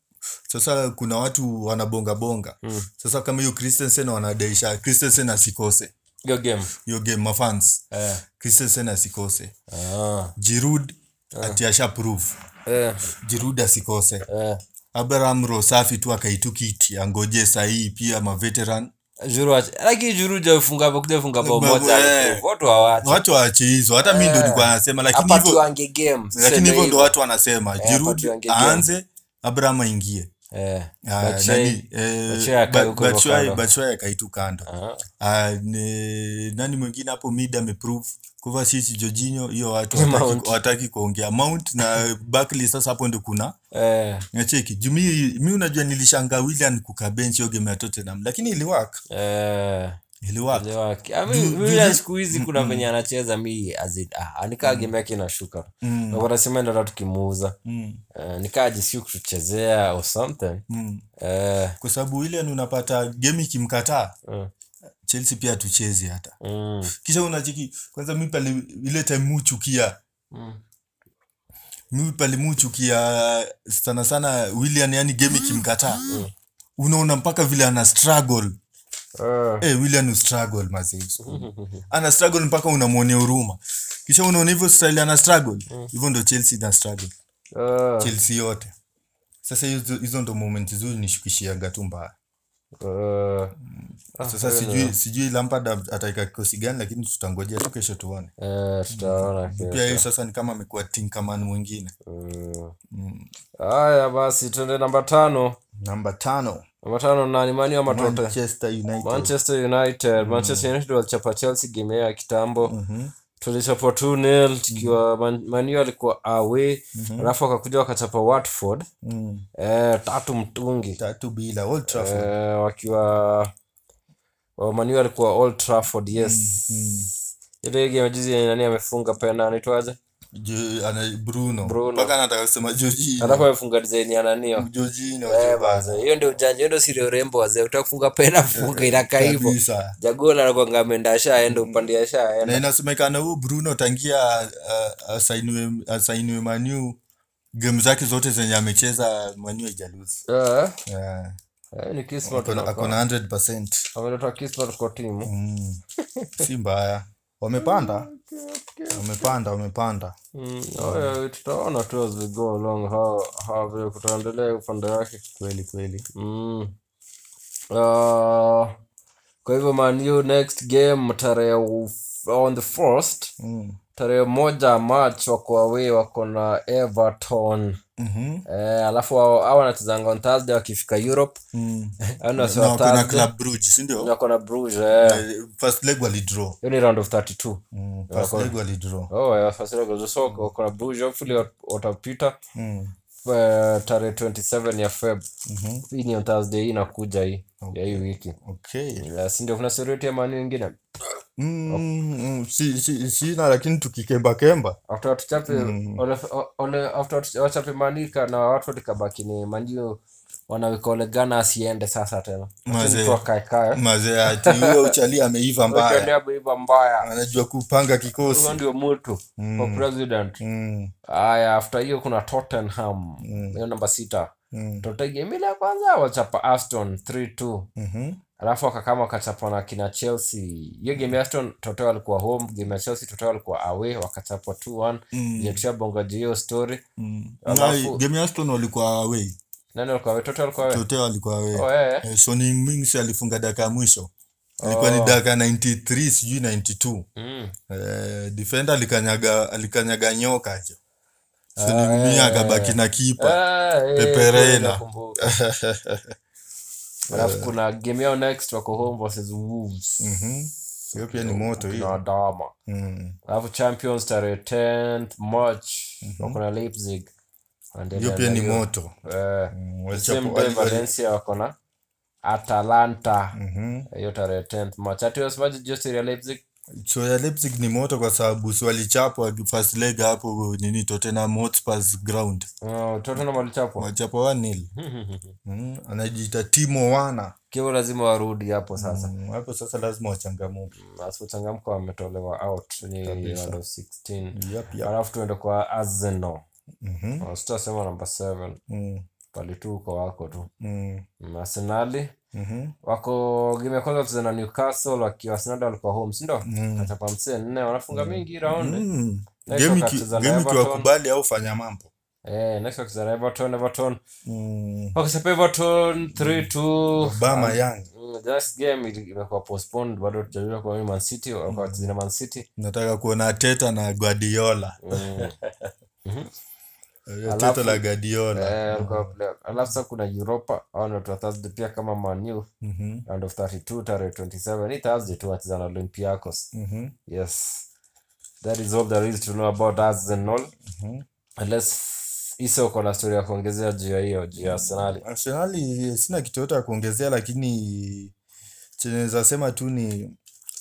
[SPEAKER 2] sasa kuna watu wanabonga bonga
[SPEAKER 1] Mm.
[SPEAKER 2] sasa kama hiyo christensen wanadaisha christensen asikose
[SPEAKER 1] hiyo game
[SPEAKER 2] hiyo game mafans
[SPEAKER 1] Eh.
[SPEAKER 2] christensen asikose
[SPEAKER 1] ah.
[SPEAKER 2] jirud ati asha prove
[SPEAKER 1] eh,
[SPEAKER 2] jirud asikose
[SPEAKER 1] eh.
[SPEAKER 2] abraham rosafi tu akaitukiti angoje sahii pia maveteran
[SPEAKER 1] Juru ache- lakini juru jafunga hapo kuja funga bao
[SPEAKER 2] Babu,
[SPEAKER 1] moja
[SPEAKER 2] eh.
[SPEAKER 1] alifunga. watu hawache
[SPEAKER 2] watu waache hizo hata mi ndo nilikuwa nasema lakini
[SPEAKER 1] Eh. hapa
[SPEAKER 2] hivyo
[SPEAKER 1] tuange game Sasa
[SPEAKER 2] lakini
[SPEAKER 1] ndio
[SPEAKER 2] hivyo ndo
[SPEAKER 1] hivyo.
[SPEAKER 2] watu wanasema
[SPEAKER 1] watu
[SPEAKER 2] jirud
[SPEAKER 1] waingie game.
[SPEAKER 2] aanze abraham aingie
[SPEAKER 1] eh
[SPEAKER 2] Ah,
[SPEAKER 1] Batshuayi-
[SPEAKER 2] nani, eh,
[SPEAKER 1] Batshuayi akae
[SPEAKER 2] Ba-
[SPEAKER 1] huko hivyo
[SPEAKER 2] Batshuayi-
[SPEAKER 1] kando.
[SPEAKER 2] Batshuayi akaitu kando
[SPEAKER 1] Ah.
[SPEAKER 2] Ah, ni- nani mwingine hapo mid ameprove Kovacic, Jorginho, hiyo watu wataki-
[SPEAKER 1] Mount.
[SPEAKER 2] wataki kuongea mount na Barkley sasa hapo ndio kuna
[SPEAKER 1] eh
[SPEAKER 2] nacheki juu mi mi unajua nilishanga Willian kuka bench hiyo game ya Tottenham lakini iliwak
[SPEAKER 1] eh
[SPEAKER 2] iliwak
[SPEAKER 1] Ole wake. Ah, mi- mi ya siku hizi kuna venye anacheza mi as in, ah, anikaa game yake inashuka
[SPEAKER 2] Mm,
[SPEAKER 1] nasema ndo hata tukimuuza Eh, nikaa jisiu kutuchezea or something Eh,
[SPEAKER 2] mm. kwa sababu Willian unapata game ikimkataa
[SPEAKER 1] eh,
[SPEAKER 2] Chelsea pia tucheze hata
[SPEAKER 1] mm,
[SPEAKER 2] kisha unacheki kwanza mi pale ile time muchukia
[SPEAKER 1] mm.
[SPEAKER 2] mi palimuchukia sana sana Willian yani game
[SPEAKER 1] Mm-hmm.
[SPEAKER 2] ikimkataa unaona mpaka vile ana struggle
[SPEAKER 1] Eh,
[SPEAKER 2] Eh, Willian u struggle mazee.
[SPEAKER 1] Mm-hmm.
[SPEAKER 2] Ana struggle mpaka unamwonea huruma. Kisha unaona hivyo style ana struggle.
[SPEAKER 1] Mm.
[SPEAKER 2] Hivyo ndo Chelsea na struggle.
[SPEAKER 1] eh,
[SPEAKER 2] Chelsea yote. Sasa hizo hizo ndo moment zuri nishukishiaga tu mbaya.
[SPEAKER 1] eh. Ah,
[SPEAKER 2] Sasa sijui sijui Lampard ataika kikosi gani lakini tutangojea tu kesho tuone.
[SPEAKER 1] eh, tutaona kesho.
[SPEAKER 2] Pia yeye sasa ni kama amekuwa Tinkerman mwingine.
[SPEAKER 1] Mm. haya basi tuende namba tano
[SPEAKER 2] Namba tano
[SPEAKER 1] namba tano nani mani wa matote
[SPEAKER 2] Manchester United.
[SPEAKER 1] manchester united
[SPEAKER 2] Mm-hmm.
[SPEAKER 1] manchester united walichapa chelsea game yao ya kitambo tulichapa 2-0 tukiwa
[SPEAKER 2] Mm-hmm.
[SPEAKER 1] Man- manu alikuwa away alafu wakakuja wakachapa watford
[SPEAKER 2] Mm.
[SPEAKER 1] eh, tatu mtungi
[SPEAKER 2] Tatu bila Old Trafford.
[SPEAKER 1] eh, wakiwa wa- manu
[SPEAKER 2] Mm-hmm.
[SPEAKER 1] alikuwa old trafford yes ile game juzi nani amefunga pena anaitwaje
[SPEAKER 2] Je- ana- Bruno
[SPEAKER 1] Bruno.
[SPEAKER 2] mpaka anataka kusema Jorginho
[SPEAKER 1] alafu amefunga design ya nanio
[SPEAKER 2] Mm-hmm. Jorginho
[SPEAKER 1] Wazee, hiyo ndio ujanja, hiyo ndio siri ya urembo wazee. Utaka kufunga pena funga, inakaa hivyo.
[SPEAKER 2] Eh, kabisa
[SPEAKER 1] Jagola anakuanga ameenda ashaenda upande
[SPEAKER 2] na
[SPEAKER 1] ashaenda.
[SPEAKER 2] inasemekana huo Bruno tangia uh, asainiwe asainiwe Manu game zake zote zenye amecheza Manu haijaluzi
[SPEAKER 1] Ah,
[SPEAKER 2] Eh,
[SPEAKER 1] eh, ni Kisma
[SPEAKER 2] akona
[SPEAKER 1] tunakuwa.
[SPEAKER 2] akona 100%.
[SPEAKER 1] Ameleta Kisma tuko timu.
[SPEAKER 2] Mm. si mbaya wamepanda wamepanda wamepanda
[SPEAKER 1] Mm, haya, Tutaona tu as we go along how how vile kutaendelea upande wake.
[SPEAKER 2] kweli kweli
[SPEAKER 1] Mm. Ah, kwa hivyo Man U next game tarehe uf- on the first
[SPEAKER 2] mm.
[SPEAKER 1] tarehe moja March wako away wako na Everton.
[SPEAKER 2] mm
[SPEAKER 1] Eh, alafu hao hao wanachezanga on Thursday wakifika Europe.
[SPEAKER 2] mm.
[SPEAKER 1] Hao ndio
[SPEAKER 2] na
[SPEAKER 1] sio
[SPEAKER 2] wakona
[SPEAKER 1] Thursday.
[SPEAKER 2] Club Brugge si ndio?
[SPEAKER 1] Wako na Bruges. Eh.
[SPEAKER 2] Eh, first leg walidraw
[SPEAKER 1] Hiyo ni round of 32.
[SPEAKER 2] mm. first
[SPEAKER 1] Wako-
[SPEAKER 2] leg walidraw
[SPEAKER 1] Oh, yeah, first leg of the so wako na Bruges hopefully wat- watapita
[SPEAKER 2] mm.
[SPEAKER 1] eh, tarehe 27 ya Feb.
[SPEAKER 2] Mhm.
[SPEAKER 1] Hii ni on Thursday hii inakuja hii ya hii wiki.
[SPEAKER 2] okay
[SPEAKER 1] Yeah, si ndio kuna sorioti ya mani wengine.
[SPEAKER 2] mm. mm, si, si, sina lakini tukikemba kemba
[SPEAKER 1] After tuchape
[SPEAKER 2] Mm-hmm.
[SPEAKER 1] ole, ole after tuch- wachape manika na Watford kabaki ni manju wanaweka Ole Gunnar asiende sasa tena.
[SPEAKER 2] Mazee.
[SPEAKER 1] Tuwakaekae.
[SPEAKER 2] mazee ati huyo uchali ameiva mbaya Mm.
[SPEAKER 1] Ukiendea beiba mbaya.
[SPEAKER 2] anajua kupanga kikosi
[SPEAKER 1] Huyo ndio mtu kwa president.
[SPEAKER 2] mm.
[SPEAKER 1] Aya, after hiyo kuna Tottenham. Hiyo namba sita.
[SPEAKER 2] Mm.
[SPEAKER 1] Tottenham game ile ya kwanza wachapa Aston 3-2.
[SPEAKER 2] Mhm.
[SPEAKER 1] Alafu wakakama wakachapwa na kina Chelsea. Hiyo game ya Aston Tottenham walikuwa home, game ya Chelsea Tottenham walikuwa away, wakachapwa 2-1.
[SPEAKER 2] Mm.
[SPEAKER 1] Je, tushabonga juu hiyo story.
[SPEAKER 2] Mm.
[SPEAKER 1] Alafu-
[SPEAKER 2] Na game ya Aston walikuwa away
[SPEAKER 1] Nani walikuwa away? Tottenham walikuwa away.
[SPEAKER 2] Tote walikuwa
[SPEAKER 1] Oh,
[SPEAKER 2] away
[SPEAKER 1] eh.
[SPEAKER 2] Eh, Son Heung-min si alifunga dakika ya mwisho ilikuwa
[SPEAKER 1] Oh.
[SPEAKER 2] ni dakika 93 sijui 92
[SPEAKER 1] Mm.
[SPEAKER 2] Eh, defender alikanyaga alikanyaga nyoka jo Son
[SPEAKER 1] Ah,
[SPEAKER 2] Heung-min
[SPEAKER 1] eh.
[SPEAKER 2] akabaki na kipa
[SPEAKER 1] Ah, eh,
[SPEAKER 2] Peperena.
[SPEAKER 1] kweli nakumbuka.
[SPEAKER 2] Eh.
[SPEAKER 1] Alafu kuna game yao next wako home versus Wolves.
[SPEAKER 2] Mhm. hiyo pia ni moto
[SPEAKER 1] Kina
[SPEAKER 2] hiyo
[SPEAKER 1] Adama.
[SPEAKER 2] Mm.
[SPEAKER 1] alafu champions tarehe 10 march wako na leipzig
[SPEAKER 2] Mhm. hiyo
[SPEAKER 1] Waendelea
[SPEAKER 2] pia
[SPEAKER 1] na
[SPEAKER 2] ni
[SPEAKER 1] hiyo.
[SPEAKER 2] moto
[SPEAKER 1] Eh,
[SPEAKER 2] Mm,
[SPEAKER 1] same day
[SPEAKER 2] walichapo- wali- wali-
[SPEAKER 1] valencia wako na atalanta
[SPEAKER 2] Mhm.
[SPEAKER 1] hiyo tarehe 10 march hati wasemaji josiri ya leipzig
[SPEAKER 2] So ya Leipzig ni moto kwa sababu si walichapwa first leg hapo nini Tottenham Hotspur ground
[SPEAKER 1] Oh, tottenham walichapwa
[SPEAKER 2] walichapwa 1-0 mm. anajiita Timo Werner
[SPEAKER 1] kivo lazima warudi hapo sasa
[SPEAKER 2] Mm, hapo sasa lazima wachangamuke
[SPEAKER 1] asipochangamka wametolewa out ni
[SPEAKER 2] Kabisa.
[SPEAKER 1] round of 16
[SPEAKER 2] yep, yep.
[SPEAKER 1] alafu tuende kwa arsenal
[SPEAKER 2] Mhm,
[SPEAKER 1] wasitasema namba 7
[SPEAKER 2] mm,
[SPEAKER 1] pali tu uko wako tu
[SPEAKER 2] mm,
[SPEAKER 1] Mm, arsenali
[SPEAKER 2] mhm,
[SPEAKER 1] wako game ya kwanza wacheza na Newcastle wakiwa Arsenal walikuwa home, si ndio?
[SPEAKER 2] Mm.
[SPEAKER 1] Kachapa hamsini na nne wanafunga mingi round.
[SPEAKER 2] mm.
[SPEAKER 1] Next
[SPEAKER 2] Game iki-
[SPEAKER 1] wakacheza na
[SPEAKER 2] game
[SPEAKER 1] Everton.
[SPEAKER 2] ikiwakubali au fanya mambo
[SPEAKER 1] Eh, next wakicheza na Everton, Everton.
[SPEAKER 2] mm.
[SPEAKER 1] Wakichapa Everton 3-2.
[SPEAKER 2] Obama Young
[SPEAKER 1] Mm, This game ili- imekuwa postponed bado tujajua kwa nini Man City walikuwa wacheza na Man City.
[SPEAKER 2] nataka kuona Teta na Guardiola
[SPEAKER 1] Mm.
[SPEAKER 2] Eh,
[SPEAKER 1] Alafu-
[SPEAKER 2] Teta la Guardiola Mm-hmm.
[SPEAKER 1] Eh, walikuwa play- Alafu sasa kuna Europa au ni watu wa Thursday pia kama Man U
[SPEAKER 2] Mhm,
[SPEAKER 1] round of 32 tarehe 27 ni Thursday tu wacheza na Olympiacos.
[SPEAKER 2] mhm,
[SPEAKER 1] Yes, that is all there is to know about Arsenal.
[SPEAKER 2] mhm.
[SPEAKER 1] Unless Isa uko na story ya kuongezea juu ya hiyo juu ya Arsenali.
[SPEAKER 2] Arsenali eh, sina kitu yote ya kuongezea lakini chenye naweza sema tu ni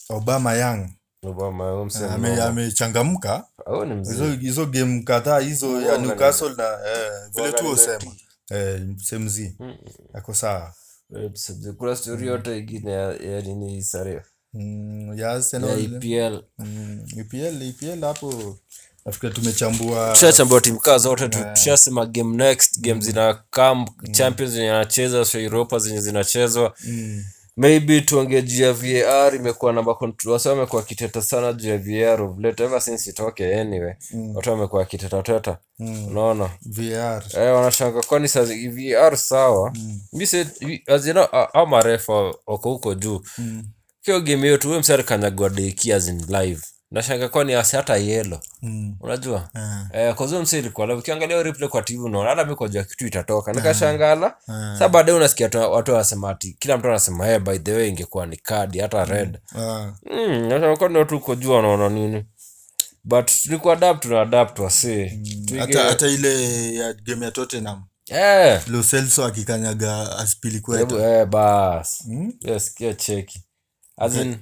[SPEAKER 2] Obama Young
[SPEAKER 1] Obama huyo msemo
[SPEAKER 2] Ame-
[SPEAKER 1] unaona.
[SPEAKER 2] amechangamka
[SPEAKER 1] Huyo ni mzee.
[SPEAKER 2] hizo hizo game kadhaa hizo ya
[SPEAKER 1] Uonga ni
[SPEAKER 2] Newcastle na eh, vile
[SPEAKER 1] Uonga
[SPEAKER 2] tu
[SPEAKER 1] ni
[SPEAKER 2] usema eh, semzi
[SPEAKER 1] Mm.
[SPEAKER 2] ako sawa
[SPEAKER 1] Huyo msemo. Eh, Kuna story yote ingine ya ya nini sare
[SPEAKER 2] mm, ya
[SPEAKER 1] ya
[SPEAKER 2] Arsenal
[SPEAKER 1] EPL.
[SPEAKER 2] mm, EPL EPL hapo nafikiri tumechambua
[SPEAKER 1] Tushachambua timu kaa zote tu- tushasema game next
[SPEAKER 2] Mm.
[SPEAKER 1] game zina come Champions zenye anacheza sio Europa zenye zinachezwa.
[SPEAKER 2] mm,
[SPEAKER 1] Maybe tuongee juu ya VAR imekuwa namba controversy wamekuwa kiteta sana juu ya VAR of late ever since itoke anyway. Watu wamekuwa kiteta teta.
[SPEAKER 2] mm,
[SPEAKER 1] Unaona?
[SPEAKER 2] VR
[SPEAKER 1] Eh, wanashanga kwani sasa VR sawa
[SPEAKER 2] Mm.
[SPEAKER 1] mi se- as you know, a- a marefa wako huko juu
[SPEAKER 2] mm,
[SPEAKER 1] kio game hiyo tu we msari kanyagwa deki as in live nashanga kwani asi hata yelo
[SPEAKER 2] mm,
[SPEAKER 1] unajua
[SPEAKER 2] eh,
[SPEAKER 1] Eh, kwa zio mse ilikuwa live. ukiangalia hiyo replay kwa tv unaona hata mi kwa juu ya kitu itatoka nikashangala
[SPEAKER 2] eh,
[SPEAKER 1] sa baadaye unasikia watu- watu wanasema ati kila mtu anasema hey, by the way ingekuwa ni kadi hata red
[SPEAKER 2] ah,
[SPEAKER 1] Mm, nashanga kwani watu huko juu wanaona nini but ni kuadapt na adapt wasi
[SPEAKER 2] Mm, hata hata ile ya game ya Tottenham
[SPEAKER 1] eh,
[SPEAKER 2] Lo Celso akikanyaga aspilikweta
[SPEAKER 1] hebu- eh, bas
[SPEAKER 2] mm?
[SPEAKER 1] yes kia cheki as in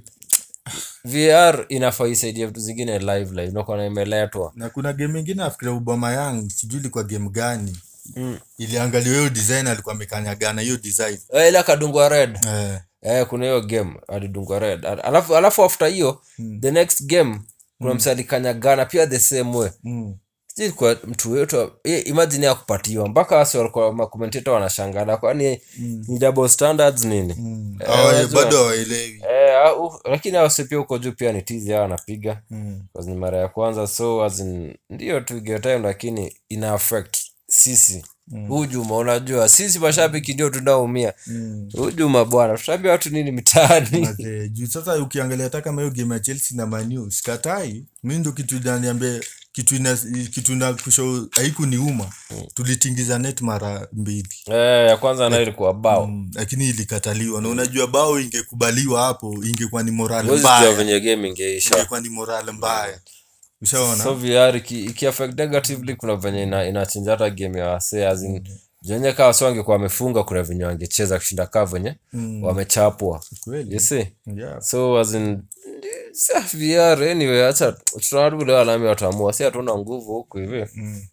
[SPEAKER 1] var inafaa isaidia vitu zingine live live nakona imeletwa
[SPEAKER 2] na kuna game ingine nafikiria ubamayang sijui ilikuwa game gani mm. iliangaliwa hiyo design alikuwa amekanyagana hiyo design
[SPEAKER 1] Eh, ile akadungwa red
[SPEAKER 2] eh,
[SPEAKER 1] eh, kuna hiyo game alidungwa red Al- alafu, alafu after hiyo the next game kuna mm. msalikanyagana pia the same way
[SPEAKER 2] mm.
[SPEAKER 1] sijui kwa mtu wetu imajini ya kupatiwa mpaka wasi walikuwa makomenteta wanashangana kwani ni double standards nini
[SPEAKER 2] Mm.
[SPEAKER 1] Eh,
[SPEAKER 2] Hawa-
[SPEAKER 1] unajua-
[SPEAKER 2] bado hawaelewi
[SPEAKER 1] Eh, au- lakini awase pia huko juu pia ni tizi hao wanapiga
[SPEAKER 2] Mm.
[SPEAKER 1] As in mara ya kwanza so as in, ndio tu give time lakini ina affect sisi hujuma unajua sisi mashabiki ndio tunaumia
[SPEAKER 2] Mm.
[SPEAKER 1] hujuma bwana tutaambia watu nini mitaani
[SPEAKER 2] Mazee, juu sasa ukiangalia hata kama hiyo game ya chelsea na maniu sikatai mi ndo kitu inaniambia kitu ina kitu inakusha haikuniuma
[SPEAKER 1] Mm.
[SPEAKER 2] tulitingiza net mara mbili
[SPEAKER 1] eh, ya kwanza nayo ilikuwa bao
[SPEAKER 2] Mm, lakini ilikataliwa na unajua bao ingekubaliwa hapo ingekuwa ni morali
[SPEAKER 1] Huwezi jua
[SPEAKER 2] mbaya
[SPEAKER 1] venye game ingeisha
[SPEAKER 2] ingekuwa ni morali mbaya ushaona
[SPEAKER 1] so vr iki- iki affect negatively kuna venye ina- inachinja hata game ya wase as
[SPEAKER 2] Mm.
[SPEAKER 1] in venye kaa wase wangekuwa wamefunga kuna venye wangecheza kushinda kaa venye
[SPEAKER 2] Mm.
[SPEAKER 1] wamechapwa
[SPEAKER 2] Kweli.
[SPEAKER 1] you see
[SPEAKER 2] Yeah.
[SPEAKER 1] so as in sa VR anyway acha tunarudi leo alami wataamua si hatuna nguvu huku hivi
[SPEAKER 2] Mm,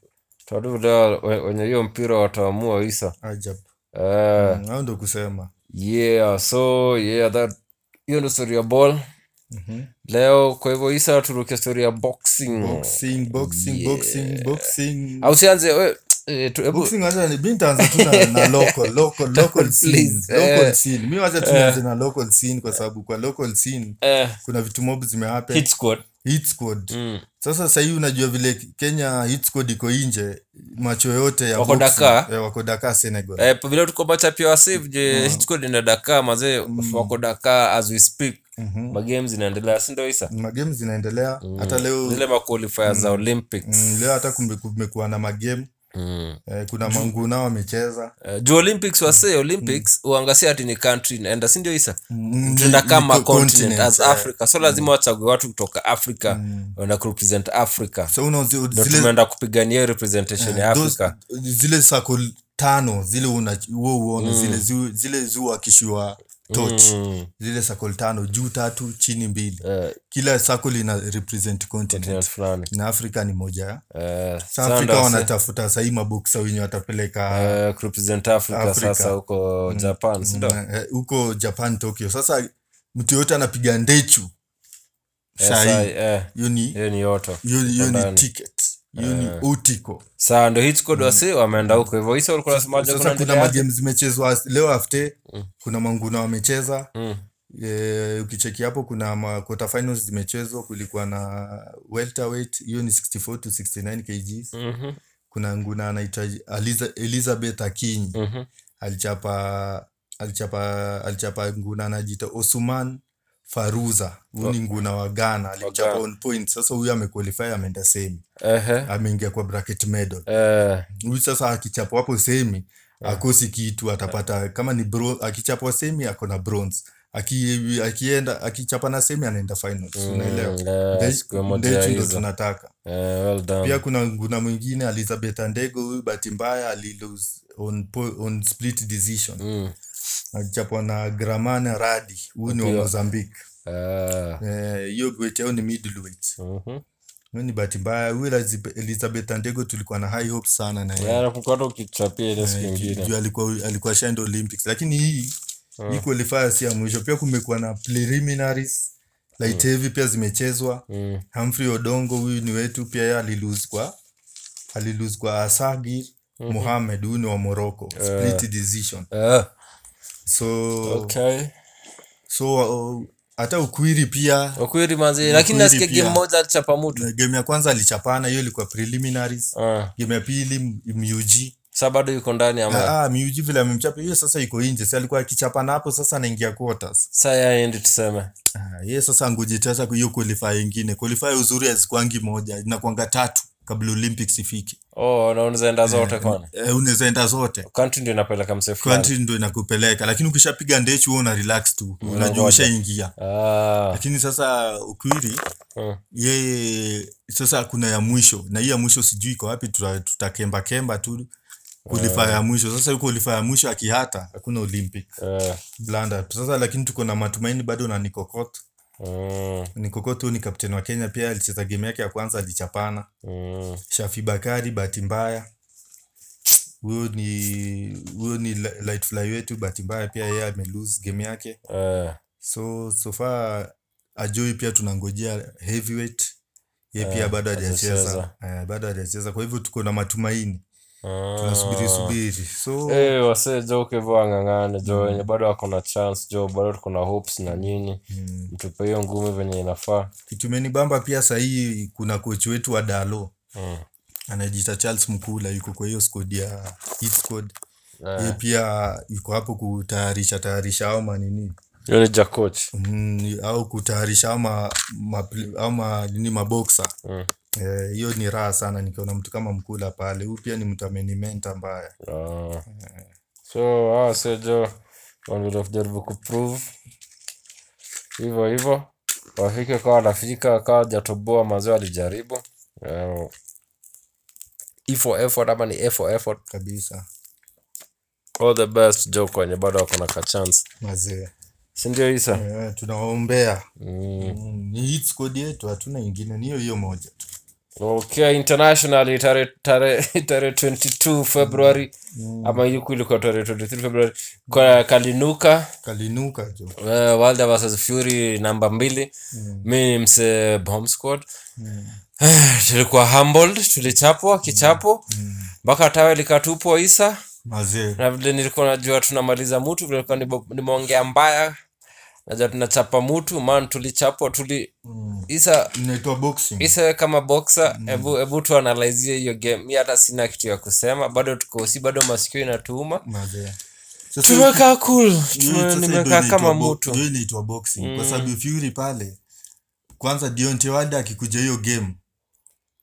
[SPEAKER 1] tunarudi leo we- wenye hiyo mpira wataamua isa
[SPEAKER 2] Ajab.
[SPEAKER 1] Eh,
[SPEAKER 2] Mm, hao ndo kusema
[SPEAKER 1] yeah so yeah that hiyo ndo story ya ball Mhm. leo kwa hivyo isa turuke story ya boxing,
[SPEAKER 2] boxing boxing boxing boxing
[SPEAKER 1] au sianze we- eh, tu- hebu-
[SPEAKER 2] boxing wacha ni binta anza tu na- na local local local scene
[SPEAKER 1] Please,
[SPEAKER 2] local
[SPEAKER 1] eh.
[SPEAKER 2] scene mimi wacha tu nianze na local scene kwa sababu kwa local scene
[SPEAKER 1] eh,
[SPEAKER 2] kuna vitu mob zimehappen
[SPEAKER 1] hit squad.
[SPEAKER 2] hit squad
[SPEAKER 1] Mm.
[SPEAKER 2] sasa sahii unajua vile Kenya hit squad iko nje macho yote ya
[SPEAKER 1] Wako
[SPEAKER 2] boxing,
[SPEAKER 1] Dakar.
[SPEAKER 2] eh, wako Dakar Senegal
[SPEAKER 1] Eh, pa- vile tuko macha pia wasave
[SPEAKER 2] Mm.
[SPEAKER 1] je hit squad ina dakaa mazee wako dakaa as we speak magame zinaendelea si ndio isa
[SPEAKER 2] magame Mhm. zinaendelea hata leo
[SPEAKER 1] Mm. zile maqualifier za olympics
[SPEAKER 2] mm, leo hata kumbe- kumekuwa na magame
[SPEAKER 1] Mm.
[SPEAKER 2] eh, kuna mangu nao wamecheza
[SPEAKER 1] Eh, juu olympics wase olympics uangasia ati ni country naenda sindio isa
[SPEAKER 2] Mm,
[SPEAKER 1] tuenda
[SPEAKER 2] ni-
[SPEAKER 1] kama
[SPEAKER 2] ni co-
[SPEAKER 1] continent as
[SPEAKER 2] continent, eh.
[SPEAKER 1] africa so lazima wachague watu kutoka africa wenda kurepresent africa
[SPEAKER 2] So una- zi-
[SPEAKER 1] ndo
[SPEAKER 2] zile- Eh,
[SPEAKER 1] tumeenda kupigania hiyo representation ya
[SPEAKER 2] those-
[SPEAKER 1] africa
[SPEAKER 2] zile sako tano zile una- huo uone zile zu- zile zuu akishiwa toch
[SPEAKER 1] Mm.
[SPEAKER 2] zile sako tano juu tatu chini mbili
[SPEAKER 1] Eh,
[SPEAKER 2] kila sako lina represent continent
[SPEAKER 1] continent fulani
[SPEAKER 2] na afrika ni moja ya
[SPEAKER 1] Eh,
[SPEAKER 2] sa
[SPEAKER 1] sasa
[SPEAKER 2] afrika
[SPEAKER 1] ndo wase-
[SPEAKER 2] wanatafuta sahii maboksa wenye watapeleka
[SPEAKER 1] eh, kurepresent africa,
[SPEAKER 2] Africa.
[SPEAKER 1] sasa huko
[SPEAKER 2] Mm.
[SPEAKER 1] japan sindo
[SPEAKER 2] na- eh, huko japan tokyo sasa mtu yoyote anapiga ndechu
[SPEAKER 1] Eh,
[SPEAKER 2] sahii
[SPEAKER 1] hiyo
[SPEAKER 2] hiyo ni
[SPEAKER 1] ni yoto
[SPEAKER 2] hiyo hiyo ni ticket hiyo
[SPEAKER 1] Eh.
[SPEAKER 2] ni utiko
[SPEAKER 1] saa ndo hitchcod wasi wameenda huko hivyo isa walikuwa nasemaje
[SPEAKER 2] Mm. sasa kuna
[SPEAKER 1] kunaendelea
[SPEAKER 2] magame zimechezwa leo after kuna manguna wamecheza Eh, ukicheki hapo kuna ma- quarter finals zimechezwa kulikuwa na welterweight hiyo ni 64 to 69 kgs
[SPEAKER 1] Mhm,
[SPEAKER 2] kuna nguna anaitwa Eliza- elizabeth akinyi
[SPEAKER 1] mhm.
[SPEAKER 2] alichapa alichapa alichapa nguna anajiita osuman faruza huyu ni nguna wa ghana alimchapa
[SPEAKER 1] Ghana.
[SPEAKER 2] on point sasa huyu amequalify ameenda semi
[SPEAKER 1] Ehe,
[SPEAKER 2] ameingia kwa bracket medal
[SPEAKER 1] eh,
[SPEAKER 2] huyu sasa akichapwa hapo semi akosi kitu atapata kama ni bro, akichapwa semi ako na bronze Aki, akienda akichapa na semi anaenda finals unaelewa
[SPEAKER 1] eh,
[SPEAKER 2] Nde-
[SPEAKER 1] siku moja
[SPEAKER 2] ndechi ndo
[SPEAKER 1] hizo.
[SPEAKER 2] tunataka
[SPEAKER 1] eh, well done.
[SPEAKER 2] pia kuna nguna mwingine elizabeth andego huyu bahati mbaya alilose on, po- on split decision
[SPEAKER 1] Mm,
[SPEAKER 2] alichapwa na gramana radi huyu ni wa
[SPEAKER 1] Ndio.
[SPEAKER 2] mozambique
[SPEAKER 1] eh,
[SPEAKER 2] Eh, hiyo gwet yao ni middleweight
[SPEAKER 1] mhm.
[SPEAKER 2] huyu ni bahati mbaya huyu Elizabe- elizabeth andego tulikuwa na high hopes sana na yeye
[SPEAKER 1] Eh, nakumbuka hata ukichapia ile
[SPEAKER 2] Eh,
[SPEAKER 1] siku ingine Ah.
[SPEAKER 2] juu alikuwa alikuwa shaenda olympics lakini hii hii qualifier si ya mwisho pia kumekuwa na preliminaries light
[SPEAKER 1] Hmm.
[SPEAKER 2] heavy pia zimechezwa
[SPEAKER 1] Mm,
[SPEAKER 2] humphrey odongo huyu ni wetu pia yeye alilose kwa alilose kwa asagir
[SPEAKER 1] Hmm.
[SPEAKER 2] mohamed huyu ni wa morocco
[SPEAKER 1] Ah.
[SPEAKER 2] split decision
[SPEAKER 1] eh,
[SPEAKER 2] so
[SPEAKER 1] okay.
[SPEAKER 2] Oh. so uh, hata ukwiri pia
[SPEAKER 1] Ukweli manzi lakini nasikia
[SPEAKER 2] pia.
[SPEAKER 1] game moja alichapa mtu
[SPEAKER 2] na game ya kwanza alichapana hiyo ilikuwa preliminaries
[SPEAKER 1] Ah,
[SPEAKER 2] game ya pili M- mug
[SPEAKER 1] sa bado yuko ndani ama
[SPEAKER 2] Ah, miuji vile amemchapa hiyo sasa iko nje si alikuwa akichapana hapo sasa anaingia quarters
[SPEAKER 1] sa yaendi tuseme
[SPEAKER 2] Ah, ye sasa ngoje sasa hiyo qualify ingine qualify uzuri hazikuangi moja inakuanga tatu kabla olympics ifike
[SPEAKER 1] oh, na unaweza enda zote kwana
[SPEAKER 2] eh, unaweza enda zote
[SPEAKER 1] country ndio inapeleka msee fulani.
[SPEAKER 2] country ndo inakupeleka lakini ukishapiga ndechu huo una relax tu unajua
[SPEAKER 1] Unangoja.
[SPEAKER 2] ushaingia
[SPEAKER 1] Ah,
[SPEAKER 2] lakini sasa ukwiri
[SPEAKER 1] mm,
[SPEAKER 2] yeye sasa kuna ya mwisho na hii ya mwisho sijui iko wapi tuta- tutakemba kemba tu qualify ya mwisho sasa huko qualify ya mwisho akihata hakuna olympic
[SPEAKER 1] eh,
[SPEAKER 2] blanda sasa lakini tuko na matumaini bado na nikokot
[SPEAKER 1] Mm,
[SPEAKER 2] ni kokoto ni kapten wa kenya pia alicheza game yake ya kwanza alichapana
[SPEAKER 1] mm,
[SPEAKER 2] shafi bakari bahati mbaya huyo ni huyo ni li- light fly wetu bahati mbaya pia yeye amelose game yake
[SPEAKER 1] eh,
[SPEAKER 2] so so far ajoi pia tunangojea heavyweight ye pia
[SPEAKER 1] Eh,
[SPEAKER 2] bado hajacheza
[SPEAKER 1] hajacheza.
[SPEAKER 2] Eh, bado hajacheza kwa hivyo tuko na matumaini
[SPEAKER 1] mm.
[SPEAKER 2] tunasubiri subiri so
[SPEAKER 1] Eh, wasee jo huko hivyo wang'ang'ane jo wenye bado wako na chance jo bado tuko na hopes na nini
[SPEAKER 2] mm,
[SPEAKER 1] mtupe hiyo ngumi venye inafaa
[SPEAKER 2] kitu imenibamba pia sahii kuna kochi wetu wa dalo
[SPEAKER 1] mm.
[SPEAKER 2] anajiita charles mkula yuko kwa hiyo skodi ya Heat squad ye
[SPEAKER 1] eh.
[SPEAKER 2] pia yuko hapo kutayarisha tayarisha au manini
[SPEAKER 1] hiyo ni jacoch
[SPEAKER 2] mm, au kutayarisha ama ama nini maboksa
[SPEAKER 1] Mm.
[SPEAKER 2] Eh, hiyo ni raha sana nikiona mtu kama mkula pale huyu pia ni mtu amenimenta mbaya
[SPEAKER 1] Ah. so ah, hawa wasee jo wanaweza kujaribu kuprove hivyo hivyo wafike kawa wanafika kawa wajatoboa mazao alijaribu Eh, E for effort ama ni A for effort
[SPEAKER 2] kabisa
[SPEAKER 1] all the best jo kwenye bado wako na kachance
[SPEAKER 2] mazee
[SPEAKER 1] sindio isa
[SPEAKER 2] eh, tunawaombea
[SPEAKER 1] mm.
[SPEAKER 2] mm, ni hit squad yetu hatuna ingine ni hiyo hiyo moja tu
[SPEAKER 1] Okay, internationally tarehe tarehe tarehe 22 February ama yuku ilikuwa tarehe 23 February kwa Kalinuka
[SPEAKER 2] kalinuka jo
[SPEAKER 1] uh, Wilder versus Fury namba mbili. Mimi ni mse bomb squad. Eh, Tulikuwa humbled, tulichapwa kichapo mpaka tawe likatupwa Isa,
[SPEAKER 2] mazee
[SPEAKER 1] na vile nilikuwa najua tunamaliza mutu, vile nilikuwa nibo- nimeongea mbaya, najua tunachapa mutu, man tulichapwa tuli
[SPEAKER 2] mm.
[SPEAKER 1] Isa
[SPEAKER 2] inaitwa boxing
[SPEAKER 1] Isa kama boxer, hebu hebu tuanalizie hiyo game. Mimi hata sina kitu ya kusema, bado tuko si bado masikio inatuuma.
[SPEAKER 2] mazee Sasa hiyo-
[SPEAKER 1] Tumekaa cool,
[SPEAKER 2] hiyo sasa
[SPEAKER 1] tume-
[SPEAKER 2] ndio
[SPEAKER 1] nimekaa kama Mm.
[SPEAKER 2] inaitwa bo-
[SPEAKER 1] mtu.
[SPEAKER 2] ndio inaitwa boxing kwa sababu Fury pale kwanza Deontay Wilder akikuja hiyo game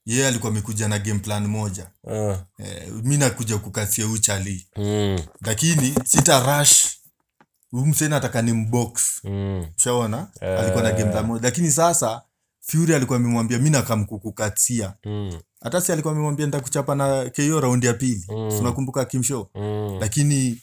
[SPEAKER 2] yeye alikuwa amekuja na game plan moja
[SPEAKER 1] Ah,
[SPEAKER 2] eh, mi nakuja kukasia uchali
[SPEAKER 1] mm,
[SPEAKER 2] lakini sita rush umsena ataka ni mbox
[SPEAKER 1] mm,
[SPEAKER 2] ushaona alikuwa na game plan moja lakini sasa Fury alikuwa amemwambia mi nakamkukukatia
[SPEAKER 1] mm,
[SPEAKER 2] hata si alikuwa amemwambia nitakuchapa na KO raundi ya pili
[SPEAKER 1] Mm.
[SPEAKER 2] tunakumbuka kimshow
[SPEAKER 1] mm.
[SPEAKER 2] lakini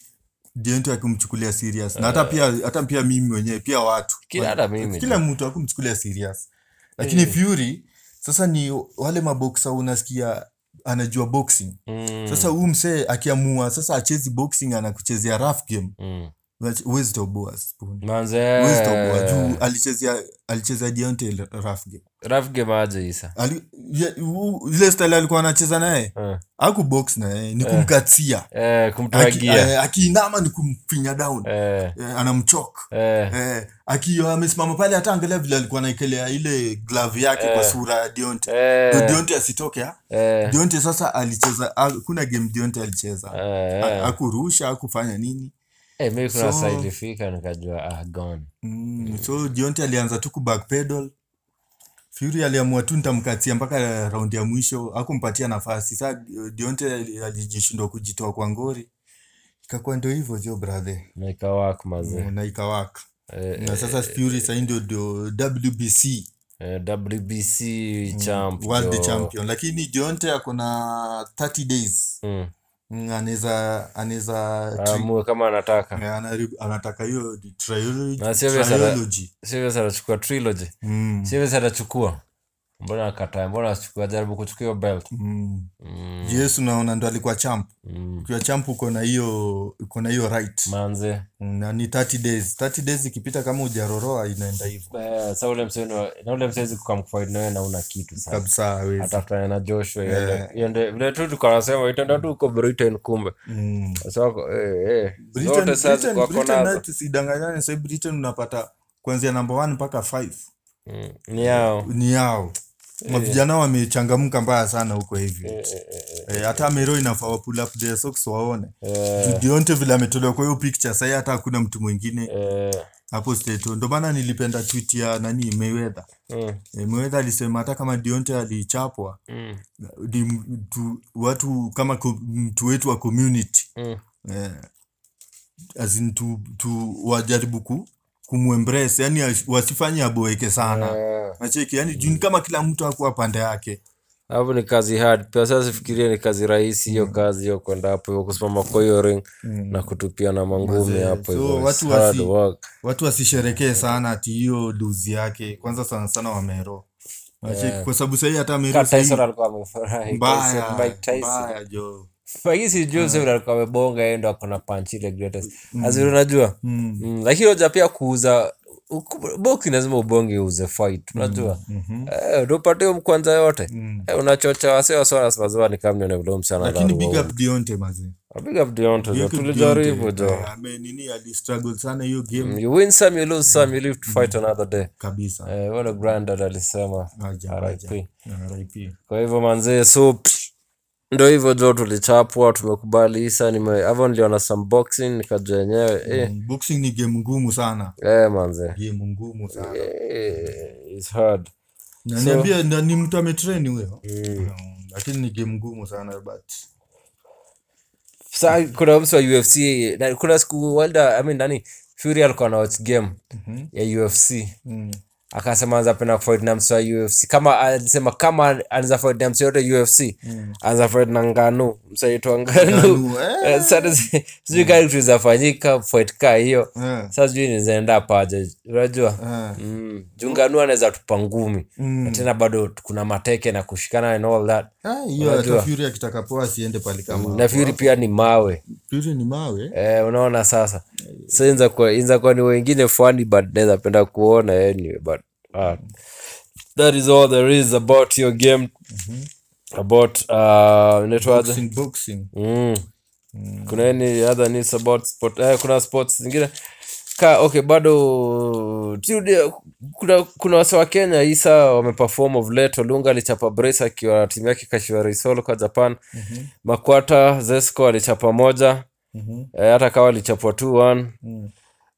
[SPEAKER 2] Deontay akimchukulia serious na hata pia hata pia mimi mwenyewe pia watu
[SPEAKER 1] Kila-
[SPEAKER 2] Wa-
[SPEAKER 1] hata mimi Eh.
[SPEAKER 2] kila mtu akumchukulia serious lakini Fury sasa ni wale maboksa unasikia anajua boxing
[SPEAKER 1] Mm,
[SPEAKER 2] sasa huu msee akiamua sasa achezi boxing anakuchezea rough game
[SPEAKER 1] mm.
[SPEAKER 2] Unach- huwezi toboa spoon
[SPEAKER 1] Manze,
[SPEAKER 2] huwezi toboa
[SPEAKER 1] Eh.
[SPEAKER 2] juu alichezea alichezea Deontay rough game
[SPEAKER 1] rough game aje Isa?
[SPEAKER 2] Ali, ye- u- ile style alikuwa anacheza naye
[SPEAKER 1] Ah,
[SPEAKER 2] akubox naye ni kumkatia
[SPEAKER 1] Eh,
[SPEAKER 2] Aki-
[SPEAKER 1] kumtwagia.
[SPEAKER 2] eh, akiinama ni kumfinya down
[SPEAKER 1] Eh,
[SPEAKER 2] eh, anamchok
[SPEAKER 1] eh,
[SPEAKER 2] eh, aki amesimama pale hata angalia vile alikuwa anaekelea ile glavu yake kwa sura ya Deontay
[SPEAKER 1] eh,
[SPEAKER 2] Ndio Deontay asitoke ha?
[SPEAKER 1] eh,
[SPEAKER 2] Deontay sasa alicheza kuna game Deontay alicheza
[SPEAKER 1] eh,
[SPEAKER 2] Ha-
[SPEAKER 1] eh.
[SPEAKER 2] hakurusha hakufanya nini
[SPEAKER 1] Eh, mimi kuna
[SPEAKER 2] So-
[SPEAKER 1] saa ilifika nikajua ah, gone.
[SPEAKER 2] mm, so Deontay alianza tu kubackpedal Fury aliamua tu nitamkatia mpaka raundi ya mwisho hakumpatia nafasi sa Deontay ali- alijishindwa kujitoa kwa ngori ikakuwa ndio hivyo jo brother
[SPEAKER 1] Na ikawak mazee.
[SPEAKER 2] na ikawaka
[SPEAKER 1] Eh,
[SPEAKER 2] Mm. na sasa Fury sahii ndio ndio WBC
[SPEAKER 1] Eh, WBC champ
[SPEAKER 2] Mm. world
[SPEAKER 1] jo.
[SPEAKER 2] champion lakini Deontay ako na 30 days
[SPEAKER 1] Mm.
[SPEAKER 2] Mm, anaweza anaweza tri-
[SPEAKER 1] Aamue kama anataka
[SPEAKER 2] eh, anari- anataka hiyo di- triolo-
[SPEAKER 1] Na sio vile sana-
[SPEAKER 2] triology
[SPEAKER 1] Sivyo sasa atachukua trilogy
[SPEAKER 2] Mm,
[SPEAKER 1] sivyo sasa atachukua mbona akataa mbona asichukua jaribu kuchukua hiyo belt
[SPEAKER 2] mm.
[SPEAKER 1] mm,
[SPEAKER 2] yes unaona ndo alikuwa champ
[SPEAKER 1] mm.
[SPEAKER 2] ukiwa champ uko na hiyo uko na hiyo right
[SPEAKER 1] manze
[SPEAKER 2] Mm, na ni 30 days 30 days ikipita kama ujaroroa inaenda hivyo
[SPEAKER 1] Eh, sa ule mseni na ule msezi kukamkufaid nawe nauna kitu sana
[SPEAKER 2] kabisa hawezi
[SPEAKER 1] atafutana na joshua
[SPEAKER 2] Eh.
[SPEAKER 1] iende- iende vile tu tuko nasema itaenda tu huko britain kumbe
[SPEAKER 2] mm.
[SPEAKER 1] Sasa wako- eh, eh,
[SPEAKER 2] Britain,
[SPEAKER 1] zote saa
[SPEAKER 2] Britain,
[SPEAKER 1] ziko wako
[SPEAKER 2] Britain nayo
[SPEAKER 1] nazo
[SPEAKER 2] tusidanganyane sahii Britain unapata kuanzia namba 1 mpaka 5
[SPEAKER 1] Mm, ni yao
[SPEAKER 2] ni yao mavijana wamechangamka mbaya sana huko hivi Eh, hata amero inafaa wapull up their socks waone
[SPEAKER 1] eh,
[SPEAKER 2] Juu Deontay vile ametolewa kwa hiyo picture sahii hata hakuna mtu mwingine
[SPEAKER 1] Eh,
[SPEAKER 2] hapo state ndio maana nilipenda tweet ya nani Mayweather
[SPEAKER 1] mm,
[SPEAKER 2] Eh, Mayweather alisema hata kama Deontay alichapwa
[SPEAKER 1] mm,
[SPEAKER 2] ni mtu, watu kama ko- mtu wetu wa community
[SPEAKER 1] mm,
[SPEAKER 2] eh, as in tu, tu wajaribu ku kumwembrace yani wasifanye aboeke sana
[SPEAKER 1] eh,
[SPEAKER 2] nacheki yani juu ni kama kila mtu akuwa pande yake
[SPEAKER 1] hapo ni kazi hard pia sasa sifikirie ni kazi rahisi
[SPEAKER 2] Mm.
[SPEAKER 1] hiyo kazi hiyo kwenda hapo hiyo kusimama kwa hiyo ring na kutupia na mangumi
[SPEAKER 2] Mazee,
[SPEAKER 1] hapo
[SPEAKER 2] Mm. so
[SPEAKER 1] hivyo it's
[SPEAKER 2] watu
[SPEAKER 1] hard
[SPEAKER 2] wasi-
[SPEAKER 1] work
[SPEAKER 2] watu wasisherekee sana ati hiyo duzi yake kwanza sana sana wamero yeah. kwa sababu sahii hata mero
[SPEAKER 1] Ka Tyson
[SPEAKER 2] sahii-
[SPEAKER 1] alikuwa amefurahi
[SPEAKER 2] mbaya
[SPEAKER 1] Tyson, Mike Tyson
[SPEAKER 2] mbaya jo
[SPEAKER 1] fagisi
[SPEAKER 2] Mm.
[SPEAKER 1] joseph alikuwa amebonga yeye ndo akona punch ile greatest azuri unajua mm. lakini hoja pia kuuza uku- boki lazima ubonge uuze fight
[SPEAKER 2] Mm.
[SPEAKER 1] unajua
[SPEAKER 2] Mm-hmm.
[SPEAKER 1] Eh, ndo upate hiyo mkwanza yote Eh, unachocha wase wase wanasemaziwa ni kamni nevlom sana
[SPEAKER 2] lakini big up Deontay mazee
[SPEAKER 1] Ah, big up Deontay, jo
[SPEAKER 2] Big up
[SPEAKER 1] tulijaribu
[SPEAKER 2] Deontay.
[SPEAKER 1] jo Mm,
[SPEAKER 2] Eh, ame- nini alistruggle sana hiyo game
[SPEAKER 1] you win some you lose some you live to fight another day
[SPEAKER 2] kabisa
[SPEAKER 1] eh, wale grandad alisema
[SPEAKER 2] Aja, aja.
[SPEAKER 1] RIP.
[SPEAKER 2] RIP.
[SPEAKER 1] kwa hivyo manzee so psh, ndo hivyo jo tulichapwa tumekubali isa nime hapo niliona some boxing nikajua yenyewe eh,
[SPEAKER 2] Mm, boxing ni game ngumu sana
[SPEAKER 1] eh manzee
[SPEAKER 2] game ngumu sana
[SPEAKER 1] eh, it's hard
[SPEAKER 2] Na niambia na ni mtu ametrain huyo Mm, lakini ni game ngumu sana but
[SPEAKER 1] sa kuna mtu wa ufc na, kuna siku walda I mean, nani fury alikuwa na watch game ya ufc
[SPEAKER 2] Mhm. mm,
[SPEAKER 1] akasema anza penda kufight na msi wa ufc kama alisema kama anza fight na msi yote ufc anza fight na nganu msi aitwa nganu
[SPEAKER 2] Mm. Nganu, eh.
[SPEAKER 1] Eh, sasa si- sijui gani kitu zafanyika fight kaa hiyo
[SPEAKER 2] Eh.
[SPEAKER 1] sasa sijui nizaenda paje unajua
[SPEAKER 2] eh,
[SPEAKER 1] mm. juu nganu anaweza tupa ngumi
[SPEAKER 2] Mm.
[SPEAKER 1] na tena bado kuna mateke na kushikana and all that
[SPEAKER 2] ah, hiyo hata Fury akitaka poa asiende pale kama
[SPEAKER 1] na fury pia ni mawe
[SPEAKER 2] Fury ni mawe
[SPEAKER 1] Eh, unaona sasa so inza kuwa, inza kuwa ni wengine fani but naweza penda kuona anyway but uh, that is all there is about your game about uh, inaitwaje
[SPEAKER 2] boxing, boxing.
[SPEAKER 1] mm. kuna any other news about sport eh, kuna sports zingine ka okay bado Jude, kuna kuna wase wa Kenya Isa wameperform of late Olunga alichapa brace akiwa na timu yake Kashiwari Solo kwa Japan Makwata Zesco alichapa moja
[SPEAKER 2] Mhm.
[SPEAKER 1] Eh, hata kawa alichapwa 2-1
[SPEAKER 2] Mm.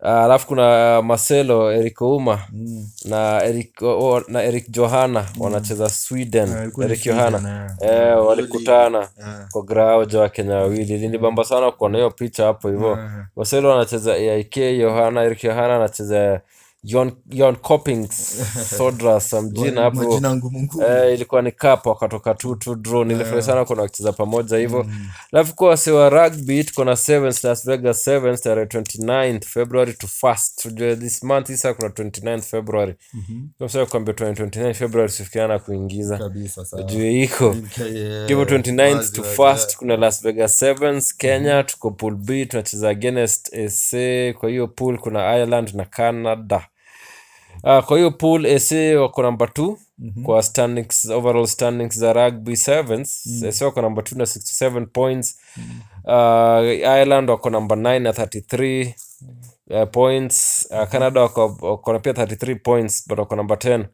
[SPEAKER 1] Ah, alafu kuna Marcelo Eric Ouma
[SPEAKER 2] Mm.
[SPEAKER 1] na Eric, o, na Eric Johana wanacheza Sweden
[SPEAKER 2] Ah, ilikuwa ni
[SPEAKER 1] Eric Eh.
[SPEAKER 2] Sweden,
[SPEAKER 1] Johana
[SPEAKER 2] eh.
[SPEAKER 1] eh, walikutana
[SPEAKER 2] Ah.
[SPEAKER 1] kwa grauja Wakenya wawili linibamba sana kuona hiyo picha hapo hivyo
[SPEAKER 2] Ah.
[SPEAKER 1] Marcelo anacheza AIK Johana Eric Johana anacheza Jon Jon Coppings Sodras amjina hapo
[SPEAKER 2] majina ngumu ngumu
[SPEAKER 1] Eh, ilikuwa ni cup wakatoka tu tu draw nilifurahi sana kuna wakicheza pamoja hivyo
[SPEAKER 2] Mm.
[SPEAKER 1] alafu kwa wase wa rugby tuko na sevens las vegas sevens tarehe 29 february to first tujue this month isa kuna 29 february
[SPEAKER 2] Mhm.
[SPEAKER 1] mm-hmm. kuambia 29 february sifikiana kuingiza
[SPEAKER 2] kabisa sawa.
[SPEAKER 1] juu iko
[SPEAKER 2] Eh,
[SPEAKER 1] Kivu 29th
[SPEAKER 2] wazi,
[SPEAKER 1] to
[SPEAKER 2] wazi, Mm-hmm.
[SPEAKER 1] first kuna las vegas sevens kenya tuko pool b tunacheza against sa kwa hiyo pool kuna ireland na canada Ah, kwa hiyo pool sa wako namba 2
[SPEAKER 2] Mm-hmm.
[SPEAKER 1] kwa standings, overall standings za rugby sevens
[SPEAKER 2] Mm-hmm.
[SPEAKER 1] sa wako namba 2 na 67 points Ah, ireland wako namba 9 na 33 uh, points uh, canada wako wako na pia 33 points but wako namba 10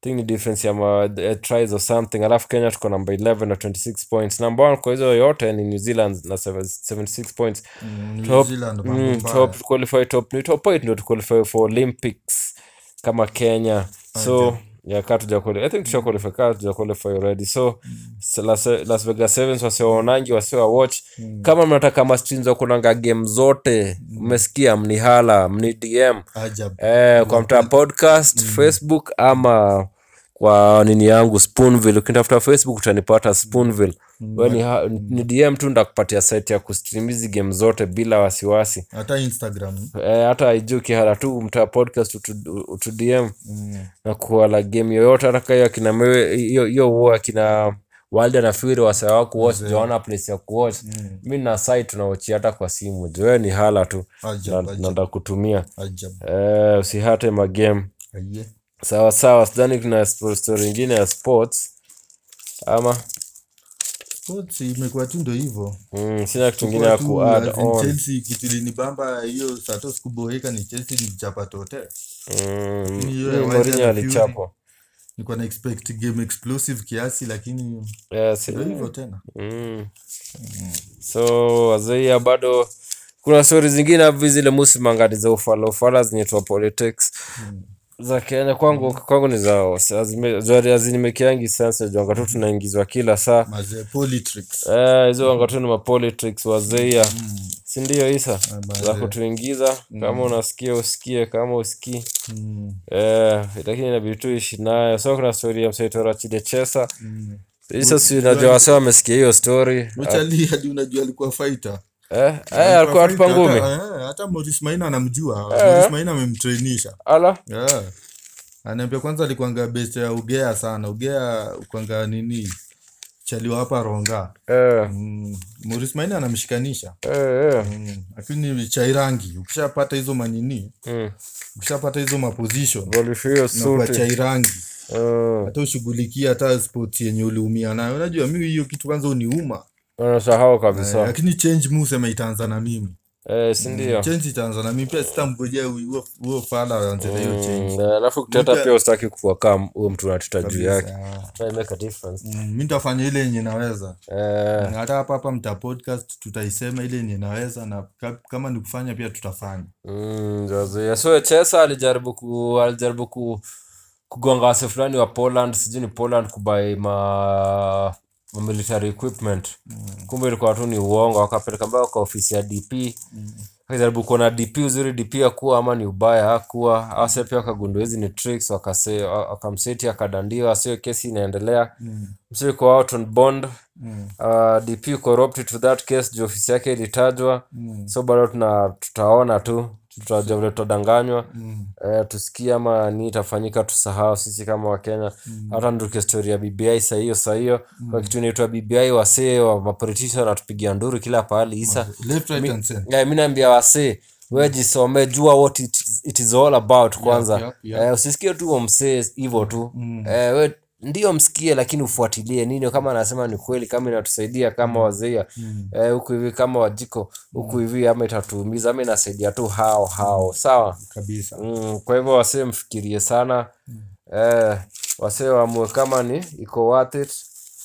[SPEAKER 1] think ni difference ya ma, uh, tries or something alafu kenya tuko namba 11 na 26 points number one kwa hizo yote ni new zealand na 7- 76 points
[SPEAKER 2] Mm, New
[SPEAKER 1] Top-
[SPEAKER 2] Zealand, mambo
[SPEAKER 1] mm,
[SPEAKER 2] mbaya.
[SPEAKER 1] top qualify top ni top eight ndio tu qualify for olympics kama kenya so yeah, ka tuja quali- i think tusha qualify ka tuja qualify already so se- las, las vegas sevens wasioonangi wasiowa watch kama mnataka mastins wa kunanga game zote mmesikia mnihala mni dm
[SPEAKER 2] Ajab.
[SPEAKER 1] eh, kwa mtaa podcast facebook ama kwa nini yangu spoonville ukinitafuta facebook utanipata spoonville we ni, ha- ni dm tu ndakupatia site ya kustream hizi game zote bila wasiwasi
[SPEAKER 2] hata instagram
[SPEAKER 1] eh, hata ijuu kihara tu mtaa podcast utu- utu dm
[SPEAKER 2] Mm.
[SPEAKER 1] na kuala game yoyote hata kaa hiyo akina mewe hiyo hiyo huwa akina walda na firi wasaa wa kuwatch
[SPEAKER 2] Mm-hmm.
[SPEAKER 1] jaona place ya kuwatch mi na site tunawachi hata kwa simu jue ni hala tu
[SPEAKER 2] ajab
[SPEAKER 1] na-
[SPEAKER 2] ajab,
[SPEAKER 1] na ndakutumia
[SPEAKER 2] ajab
[SPEAKER 1] Eh, usihate magame
[SPEAKER 2] Aiye.
[SPEAKER 1] sawa sawa sidhani kuna spo- story ingine ya sports ama
[SPEAKER 2] Sports imekuwa tu ndo hivyo
[SPEAKER 1] mm, sina kitu ingine
[SPEAKER 2] Imekuwa
[SPEAKER 1] ya
[SPEAKER 2] tu,
[SPEAKER 1] ku add
[SPEAKER 2] as in
[SPEAKER 1] on
[SPEAKER 2] Chelsea, kitu ilinibamba hiyo sato sikuboeka ni Chelsea nilichapa tote
[SPEAKER 1] Mm,
[SPEAKER 2] Ni
[SPEAKER 1] ni
[SPEAKER 2] yule uwanja
[SPEAKER 1] Mourinho
[SPEAKER 2] na
[SPEAKER 1] alichapwa
[SPEAKER 2] nilikuwa na expect game explosive kiasi lakini
[SPEAKER 1] yes
[SPEAKER 2] ndo hivyo tena
[SPEAKER 1] mm. so wazeia bado kuna stori zingine hapo zile musimangani za ufala ufala zinyetua politics za kenya kwangu kwangu ni za zazinimekiangi sense janga tu tunaingizwa kila saa
[SPEAKER 2] mazee politics
[SPEAKER 1] Eh, hizo wangatuni mapolitics wazeia sindio isa
[SPEAKER 2] baadhi
[SPEAKER 1] za
[SPEAKER 2] ya-
[SPEAKER 1] kutuingiza kama unasikia usikie kama usikii
[SPEAKER 2] mm.
[SPEAKER 1] Hmm. eh, lakini inabidi tu ishi nayo so kuna stori ya msaitora chidechesa Sasa si unajua wase wamesikia hiyo story
[SPEAKER 2] Muchali hadi unajua alikuwa fighter.
[SPEAKER 1] Ah. eh, eh, alikuwa Eh. atupa
[SPEAKER 2] Fighter,
[SPEAKER 1] ngumi
[SPEAKER 2] Hata, eh, hata Morris Maina anamjua. Morris Maina amemtrainisha.
[SPEAKER 1] ala
[SPEAKER 2] Yeah. Anaambia kwanza alikuanga base ya Ugea sana. Ugea ukwanga nini? Chaliwa hapa Ronga.
[SPEAKER 1] eh,
[SPEAKER 2] Mm. Morris Maina anamshikanisha.
[SPEAKER 1] eh, eh.
[SPEAKER 2] Mm. Lakini chairangi ukishapata hizo manini,
[SPEAKER 1] Mm.
[SPEAKER 2] ukishapata hizo maposition
[SPEAKER 1] Walifio
[SPEAKER 2] na
[SPEAKER 1] suti
[SPEAKER 2] chairangi
[SPEAKER 1] Eh,
[SPEAKER 2] hata ushughulikie hata sport yenye uliumia nayo. Unajua mimi hiyo kitu kwanza uniuma,
[SPEAKER 1] wanasahau kabisa
[SPEAKER 2] lakini change mu sema itaanza na mimi.
[SPEAKER 1] Eh, si ndio
[SPEAKER 2] Change itaanza na mimi pia, sitamgojea huyo huyo fala aanze na hiyo change.
[SPEAKER 1] Mm, eh, alafu kiteta
[SPEAKER 2] Mtu-
[SPEAKER 1] pia ustaki kuwa kam huyo mtu unateta juu yake
[SPEAKER 2] Kabisa.
[SPEAKER 1] Try make a difference.
[SPEAKER 2] Mm, Mimi nitafanya ile yenye naweza,
[SPEAKER 1] Eh,
[SPEAKER 2] Na hata hapa hapa mta podcast tutaisema ile yenye naweza, na ka- kama ni kufanya pia tutafanya.
[SPEAKER 1] mm, zazuia. so chesa alijaribu ku, alijaribu ku, kugonga wase fulani wa poland sijui ni poland kubai ma, ma military equipment kumbe ilikuwa tu ni uongo wakapeleka mbao kwa ofisi ya dp akajaribu kuona dp uzuri dp akuwa ama ni ubaya akuwa ase pia wakagundua hizi ni tricks wakase- wa- wakamseti akadandiwa sio kesi inaendelea msi uko out on bond uh, dp corrupt to that case juu ofisi yake ilitajwa so bado tuna tutaona tu tutajua vile tutadanganywa eh, tusikie ama ni itafanyika tusahau sisi kama wakenya hata nduke stori ya bbi sahiyo sahiyo kwa kitu inaitwa bbi wasee wa mapolitician wanatupigia nduru kila pahali isa
[SPEAKER 2] Left, right and center.
[SPEAKER 1] yeah, mi Eh, naambia wasee we jisome jua what it, it is all about kwanza
[SPEAKER 2] yep, yep.
[SPEAKER 1] Eh, usisikie tu wamsee hivo tu Eh, we, ndio msikie lakini ufuatilie nini kama anasema ni kweli kama inatusaidia kama wazia eh, huku hivi kama wajiko huku hivi ama itatuumiza ama inasaidia tu hao hao sawa
[SPEAKER 2] Kabisa.
[SPEAKER 1] mm, kwa hivyo wasee mfikirie sana eh, wasee waamue kama ni iko worth it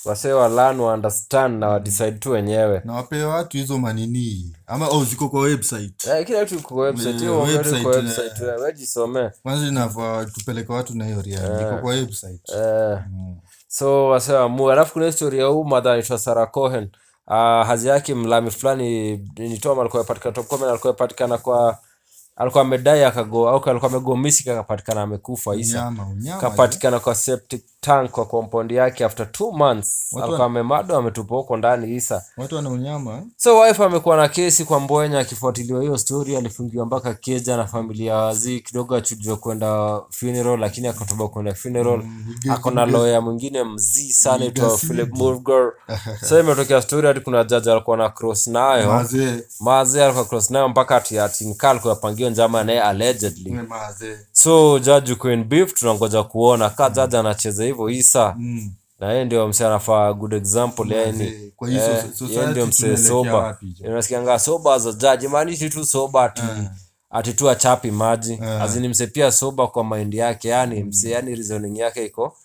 [SPEAKER 1] wasee wa learn wa understand na wa decide tu wenyewe
[SPEAKER 2] Na wape watu hizo manini ama oh, ziko kwa website.
[SPEAKER 1] Eh, kila kitu kwa website
[SPEAKER 2] Eh,
[SPEAKER 1] hiyo uangalie kwa
[SPEAKER 2] website, eh.
[SPEAKER 1] website wewe wajisomee.
[SPEAKER 2] Kwanza inafaa tupeleke watu na hiyo ria. Iko kwa website. Mm,
[SPEAKER 1] Eh, so wasema mu alafu kuna historia ya huu madha anaitwa Sarah Cohen uh, hazi yake mlami fulani nitoma alikuwa amepatikana top comment alikuwa amepatikana kwa alikuwa amedai akago au alikuwa amegomisika akapatikana amekufa isa
[SPEAKER 2] Unyama, unyama.
[SPEAKER 1] kapatikana kwa septic tank kwa compound yake after two months
[SPEAKER 2] Watu
[SPEAKER 1] alikuwa amemado ametupwa huko ndani isa
[SPEAKER 2] Watu wana unyama. eh?
[SPEAKER 1] so wife amekuwa na kesi kwa mbwenya akifuatiliwa hiyo story alifungiwa mpaka keja na familia ya wazii kidogo achujwe kwenda funeral lakini akatoba kwenda funeral ako na lawyer mwingine mzii sana itwa philip murgor so imetokea story hadi kuna jaji alikuwa na cross nayo
[SPEAKER 2] Mazee.
[SPEAKER 1] mazee alikuwa cross nayo mpaka ati atinka alikuwa apangiwa njama naye allegedly
[SPEAKER 2] Mm. Mazee.
[SPEAKER 1] so jaji queen beef tunangoja kuona ka jaji anacheza hivyo isa
[SPEAKER 2] Mm.
[SPEAKER 1] na yeye ndio msee anafaa good example yani
[SPEAKER 2] Mazee. Kwa hiyo
[SPEAKER 1] Eh,
[SPEAKER 2] so-
[SPEAKER 1] yeye ndio
[SPEAKER 2] society
[SPEAKER 1] msee
[SPEAKER 2] tunaelekea
[SPEAKER 1] soba
[SPEAKER 2] wapi? je?
[SPEAKER 1] unasikianga soba za jaji maanishi tu soba ati
[SPEAKER 2] Eh.
[SPEAKER 1] ati tu achapi maji azini mse pia soba kwa maindi yake yani
[SPEAKER 2] Mm.
[SPEAKER 1] mse yani reasoning yake iko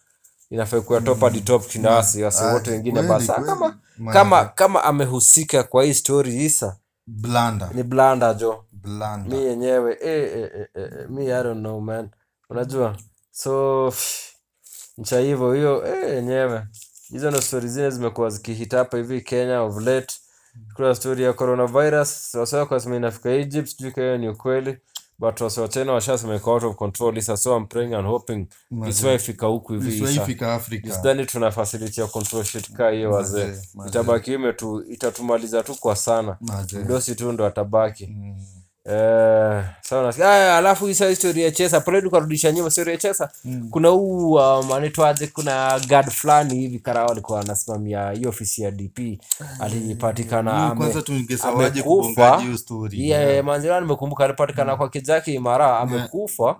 [SPEAKER 1] inafaa kuwa top hadi top kindasi wasi wote wengine
[SPEAKER 2] Mm. kweli,
[SPEAKER 1] basi Ah,
[SPEAKER 2] kweli.
[SPEAKER 1] kama
[SPEAKER 2] Maana-
[SPEAKER 1] kama kama amehusika kwa hii story isa
[SPEAKER 2] Blanda.
[SPEAKER 1] ni blanda jo mi
[SPEAKER 2] Blanda.
[SPEAKER 1] yenyewe eh, eh, eh, eh, eh, mi I don't know man unajua so ncha hivyo hiyo eh, yenyewe hizo ndo stori zile zimekuwa zikihit hapa hivi kenya of late kuna stori ya coronavirus wasewa kwa sema inafika egypt sijui ka hiyo ni ukweli but wase wa china washasema iko out of control isa so I'm praying and hoping isiwaifika huku hivi isa
[SPEAKER 2] Isiwaifika Afrika.
[SPEAKER 1] sidhani tuna facility ya control shit ka hiyo wazee
[SPEAKER 2] Mazee, mazee.
[SPEAKER 1] itabaki imetu itatumaliza tu kwa sana
[SPEAKER 2] Mazee.
[SPEAKER 1] mdosi tu ndo atabaki
[SPEAKER 2] Mm.
[SPEAKER 1] Eh, sawa nasikia Aya, alafu isa historia ya chesa poleni karudisha nyuma historia ya chesa
[SPEAKER 2] Mm.
[SPEAKER 1] kuna huu um, anaitwaje kuna gad fulani hivi karao alikuwa anasimamia hiyo ofisi ya dp alipatikana
[SPEAKER 2] Mimi
[SPEAKER 1] ame-
[SPEAKER 2] Mm, kwanza tungesawaje
[SPEAKER 1] amekufa.
[SPEAKER 2] kubongaji hiyo story.
[SPEAKER 1] yeah, manzira nimekumbuka
[SPEAKER 2] Mm.
[SPEAKER 1] alipatikana kwa kijaki imara amekufa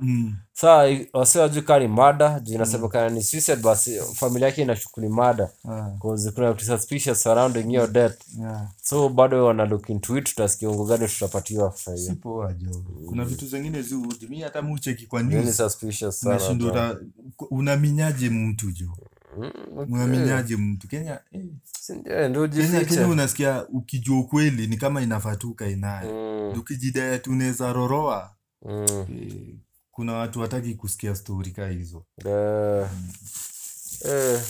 [SPEAKER 1] saa wasiwajui kaa ni mada juu inasemekana ni suicide basi familia yake inashukuni mada
[SPEAKER 2] Ah.
[SPEAKER 1] 'Cause kuna vitu suspicious surrounding your death
[SPEAKER 2] Yeah.
[SPEAKER 1] so bado wana look into it tutasikia ungo gani tutapatiwa sasa hiyo
[SPEAKER 2] Si poa jo. Kuna vitu zingine ziudi. Mimi hata mucheki kwa
[SPEAKER 1] Hiyo Mm. ni
[SPEAKER 2] news.
[SPEAKER 1] suspicious sana
[SPEAKER 2] Unashindwa
[SPEAKER 1] bro.
[SPEAKER 2] una- unaminyaje mtu jo. Unaminyaje mtu. Kenya. Eh.
[SPEAKER 1] Hmm, Si ndio, ndio
[SPEAKER 2] Kenya,
[SPEAKER 1] ujifiche.
[SPEAKER 2] Kenya unasikia ukijua ukweli ni kama inafatuka inayo
[SPEAKER 1] Mm,
[SPEAKER 2] ukijidai ati unaweza roroa
[SPEAKER 1] mm.
[SPEAKER 2] eh, kuna watu wataki kusikia stori ka hizo
[SPEAKER 1] Eh, eh.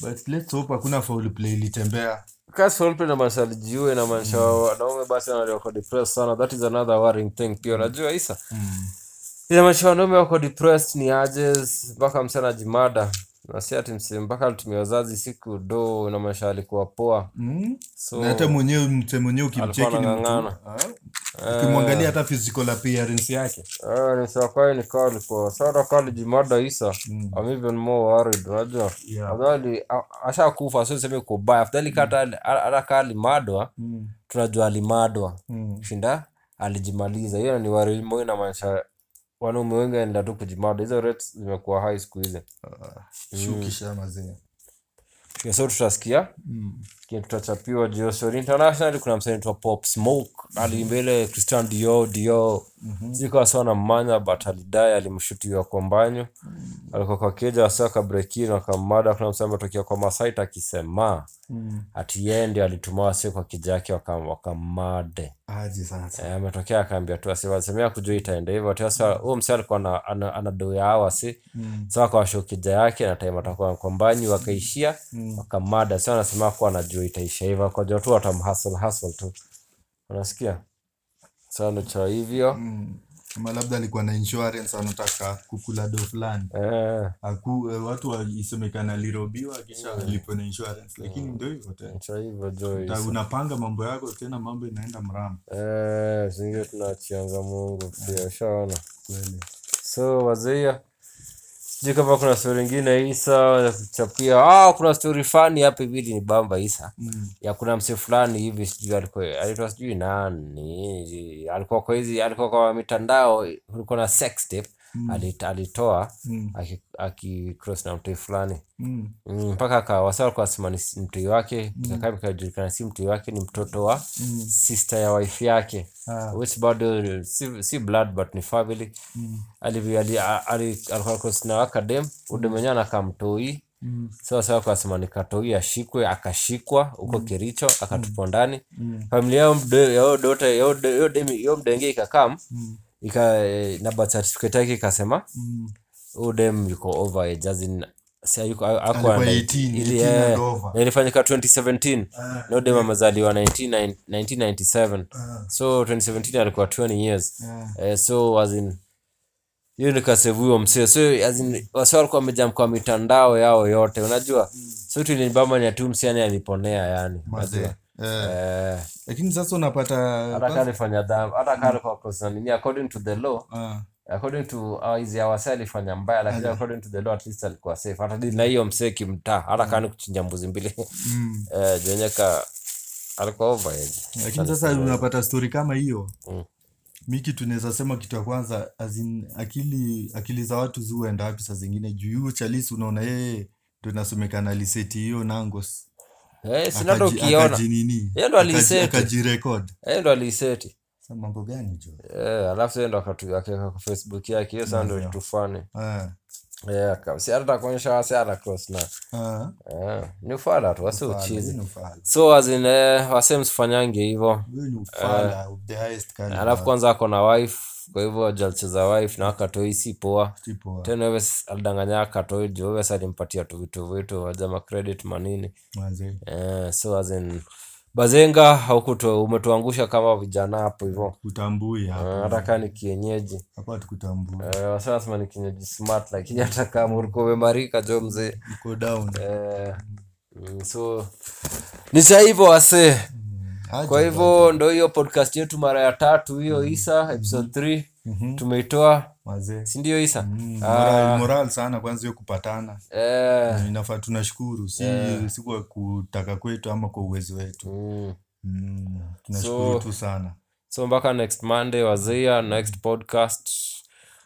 [SPEAKER 2] but let's hope hakuna foul play ilitembea
[SPEAKER 1] Kasi Volpe inamaanisha alijiua, inamaanisha
[SPEAKER 2] Hmm.
[SPEAKER 1] wanaume basi wanali- wako depressed sana. That is another worrying thing pia, unajua
[SPEAKER 2] Hmm.
[SPEAKER 1] Isa, inamaanisha wanaume wako depressed ni aje mpaka msichana jimada Nasi ati msi mpaka alitumia wazazi siku do na maisha alikuwa poa.
[SPEAKER 2] Mm.
[SPEAKER 1] So
[SPEAKER 2] na hata mwenyewe mse mwenyewe ukimcheki ni mtu
[SPEAKER 1] anang'ang'ana.
[SPEAKER 2] Ah. ukimwangalia hata physical appearance yake
[SPEAKER 1] eh, ni sawa kwani ni kali kwa sasa kali jimada isa.
[SPEAKER 2] Hmm.
[SPEAKER 1] I'm even more worried unajua.
[SPEAKER 2] Yeah.
[SPEAKER 1] Afadhali a- ashakufa sio sema uko baya. Afadhali kata hata kama alimadwa
[SPEAKER 2] Hmm.
[SPEAKER 1] tunajua alimadwa. Shinda alijimaliza. Hiyo ni worry moyo na maisha wanaume wengi wanaenda tu kujimada. Hizo rates zimekuwa high siku hizi.
[SPEAKER 2] shukisha Ah, mazee
[SPEAKER 1] Okay, so tutasikia Kile tutachapiwa juu ya story international kuna msanii anaitwa pop smoke alimbele christian dio dio zikawa sawa na mmanya but alidae alimshutiwa kwa mbanyo alikuwa kwa keja wasaka breakini wakamada kuna msanii ametokea kwa masaita akisema ati yeye ndio alituma wasio kwa keja yake wakam- wakamade
[SPEAKER 2] aje sasa
[SPEAKER 1] Eh, ametokea akaambia tu asi wasemea kujua itaenda hivyo ati sasa huyo msee alikuwa ana, ana, ana doo ya hawa si sasa akawashokija yake na time atakuwa kwa mbanyi wakaishia
[SPEAKER 2] Hmm.
[SPEAKER 1] wakamada sio anasema kuwa anajua itaisha hivyo kwa jua tu watamhustle hustle tu unasikia sasa ndo cha hivyo
[SPEAKER 2] Mm. ama labda alikuwa na insurance anataka kukula do fulani
[SPEAKER 1] eh
[SPEAKER 2] Aku, eh, watu wa- isemekana alirobiwa kisha alipo na insurance lakini ndio hivyo tena
[SPEAKER 1] cha hivyo Joyce.
[SPEAKER 2] Ta- unapanga mambo yako tena mambo inaenda mrama
[SPEAKER 1] eh zingine tunaachianga Mungu pia ushaona
[SPEAKER 2] kweli
[SPEAKER 1] so wazia sijui kama kuna stori ingine isa ya kuchapia ah kuna stori fani hapa hivi ni bamba isa
[SPEAKER 2] Mm.
[SPEAKER 1] ya kuna mse fulani hivi sijui alikuwa alikuwa sijui nani alikuwa kwa hizi alikuwa kwa mitandao kulikuwa na sex tape ali- alitoa aki- akicross na mtoi fulani
[SPEAKER 2] mm.
[SPEAKER 1] Mm, mpaka akawasa alikuwa asema ni si- mtoi wake mm. kajulikana si mtoi wake ni mtoto wa mm. sister ya wife yake
[SPEAKER 2] Ah.
[SPEAKER 1] which bado si, si blood but ni family
[SPEAKER 2] Mm.
[SPEAKER 1] Alivi- ali- a- ali- alikuwa kusina akadem udemenye anakamtoi
[SPEAKER 2] Mm.
[SPEAKER 1] sasa akasema nikatoi ashikwe akashikwa huko
[SPEAKER 2] Mm.
[SPEAKER 1] kericho akatupwa ndani familia yao mdo- yao dote- yao do- yao demi- yao mdenge ikakam ika eh, na birth certificate yake ikasema
[SPEAKER 2] Mm.
[SPEAKER 1] udem yuko over age as in si yuko akwa
[SPEAKER 2] Alikuwa 18, 18 and over.
[SPEAKER 1] ilifanyika 2017
[SPEAKER 2] Ah.
[SPEAKER 1] na udem amezaliwa 19 1997
[SPEAKER 2] Ah.
[SPEAKER 1] so 2017 alikuwa 20 years
[SPEAKER 2] Ah.
[SPEAKER 1] Eh, so as in hiyo nikasevu huyo msee so as in wasi walikuwa wamejam kwa mitandao yao yote unajua so tulinibamba ni atu msee yani aliponea yani
[SPEAKER 2] Mazee.
[SPEAKER 1] unajua
[SPEAKER 2] Eh,
[SPEAKER 1] Eh,
[SPEAKER 2] lakini sasa unapata
[SPEAKER 1] hata kaa alifanya dhambi hata kaa alikuwa kosa nini according to the law
[SPEAKER 2] Ah,
[SPEAKER 1] according to uh, hizi awasi alifanya mbaya lakini according to the law at least alikuwa safe hata dili na hiyo msee kimtaa hata kaa ni kuchinja mbuzi mbili
[SPEAKER 2] mm.
[SPEAKER 1] eh, jenyeka alikuwa overage
[SPEAKER 2] lakini sasa unapata stori kama hiyo
[SPEAKER 1] Mm.
[SPEAKER 2] mi kitu naweza sema kitu ya kwanza as in, akili akili za watu ziuenda wapi saa zingine juu huyo chalisi unaona yeye ndo inasemekana aliseti hiyo nangos
[SPEAKER 1] eh, sinata
[SPEAKER 2] Akaji-
[SPEAKER 1] ukiona
[SPEAKER 2] akajinini
[SPEAKER 1] Yeye ndo
[SPEAKER 2] Akaji-
[SPEAKER 1] aliseti.
[SPEAKER 2] akajirekod
[SPEAKER 1] Eh, ndo aliseti
[SPEAKER 2] Sasa mambo gani jo
[SPEAKER 1] Eh, alafu sasa ndo akatu- akaweka kwa facebook yake hiyo saa ndo
[SPEAKER 2] Ndio.
[SPEAKER 1] kitu fani
[SPEAKER 2] Ah,
[SPEAKER 1] si hata kuonyesha wasi hata cross na
[SPEAKER 2] ah,
[SPEAKER 1] eh, ni ufala tu wasi
[SPEAKER 2] fala, huyu
[SPEAKER 1] uchizi
[SPEAKER 2] ni ufala.
[SPEAKER 1] so azin eh, wase msifanyange hivo
[SPEAKER 2] Huyu ni ufala of the highest caliber.
[SPEAKER 1] Eh, alafu kwanza ako na wife kwa hivyo jalicheza wife na wakatoi si poa
[SPEAKER 2] Tipo,
[SPEAKER 1] tena weves alidanganya akatoi juu weves alimpatia tu vitu vitu wajama credit manini
[SPEAKER 2] manze.
[SPEAKER 1] eh, so azin bazenga haukutu umetuangusha kama vijana hapo hivo
[SPEAKER 2] Kutambui
[SPEAKER 1] Eh,
[SPEAKER 2] hapo.
[SPEAKER 1] hata kaa ni kienyeji
[SPEAKER 2] Hapo hatukutambui.
[SPEAKER 1] Eh, wasanasema ni kinywaji smart lakini hata kama ulikuwa umemarika jo mzee
[SPEAKER 2] Uko down.
[SPEAKER 1] eh, mm, so ni cha hivyo wasee
[SPEAKER 2] Aje
[SPEAKER 1] kwa hivyo ndo hiyo podcast yetu mara ya tatu hiyo isa episode 3 tumeitoa
[SPEAKER 2] manze.
[SPEAKER 1] sindio isa
[SPEAKER 2] Mm,
[SPEAKER 1] Ah,
[SPEAKER 2] Moral, moral sana kwanza hiyo kupatana
[SPEAKER 1] eh,
[SPEAKER 2] inafaa tunashukuru si, si kwa kutaka kwetu ama kwa uwezo wetu
[SPEAKER 1] mm.
[SPEAKER 2] mm, tunashukuru
[SPEAKER 1] So-
[SPEAKER 2] tu sana
[SPEAKER 1] so mpaka next monday wazia next podcast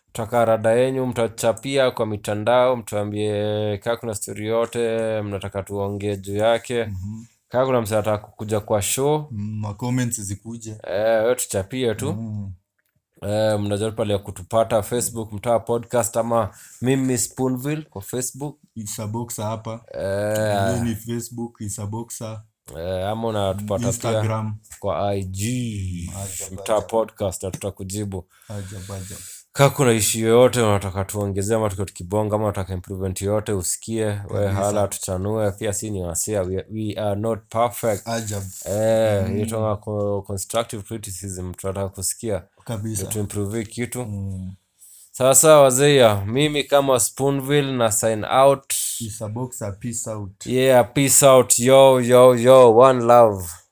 [SPEAKER 1] tutakaa rada yenyu mtachapia kwa mitandao mtuambie kaa kuna stori yote mnataka tuongee juu yake kaa kuna mse anataka kuja kwa show
[SPEAKER 2] mm, macomments zikuje
[SPEAKER 1] eh, we tuchapie tu
[SPEAKER 2] mm,
[SPEAKER 1] eh, mnajaribu pale ya kutupata facebook mtaa podcast ama mimi spoonville kwa facebook
[SPEAKER 2] isaboksa hapa
[SPEAKER 1] eh,
[SPEAKER 2] hiyo ni facebook isaboksa
[SPEAKER 1] eh, ama unatupata pia
[SPEAKER 2] instagram
[SPEAKER 1] kwa ig
[SPEAKER 2] Ajabu,
[SPEAKER 1] mtaa podcast na tutakujibu
[SPEAKER 2] ajabu ajabu
[SPEAKER 1] kaa kuna ishi yoyote unataka tuongezea ama tukiwa tukibonga ama unataka improvement yoyote usikie we hala tuchanue pia si ni wasia we, we are not perfect
[SPEAKER 2] ajabu
[SPEAKER 1] eh, mm. constructive criticism tunataka kusikia
[SPEAKER 2] kabisa
[SPEAKER 1] tuimprove kitu
[SPEAKER 2] mm.
[SPEAKER 1] sasa wazeia mimi kama spoonville na sign out
[SPEAKER 2] It's a boxer. Peace out.
[SPEAKER 1] yeah peace out yo yo yo one love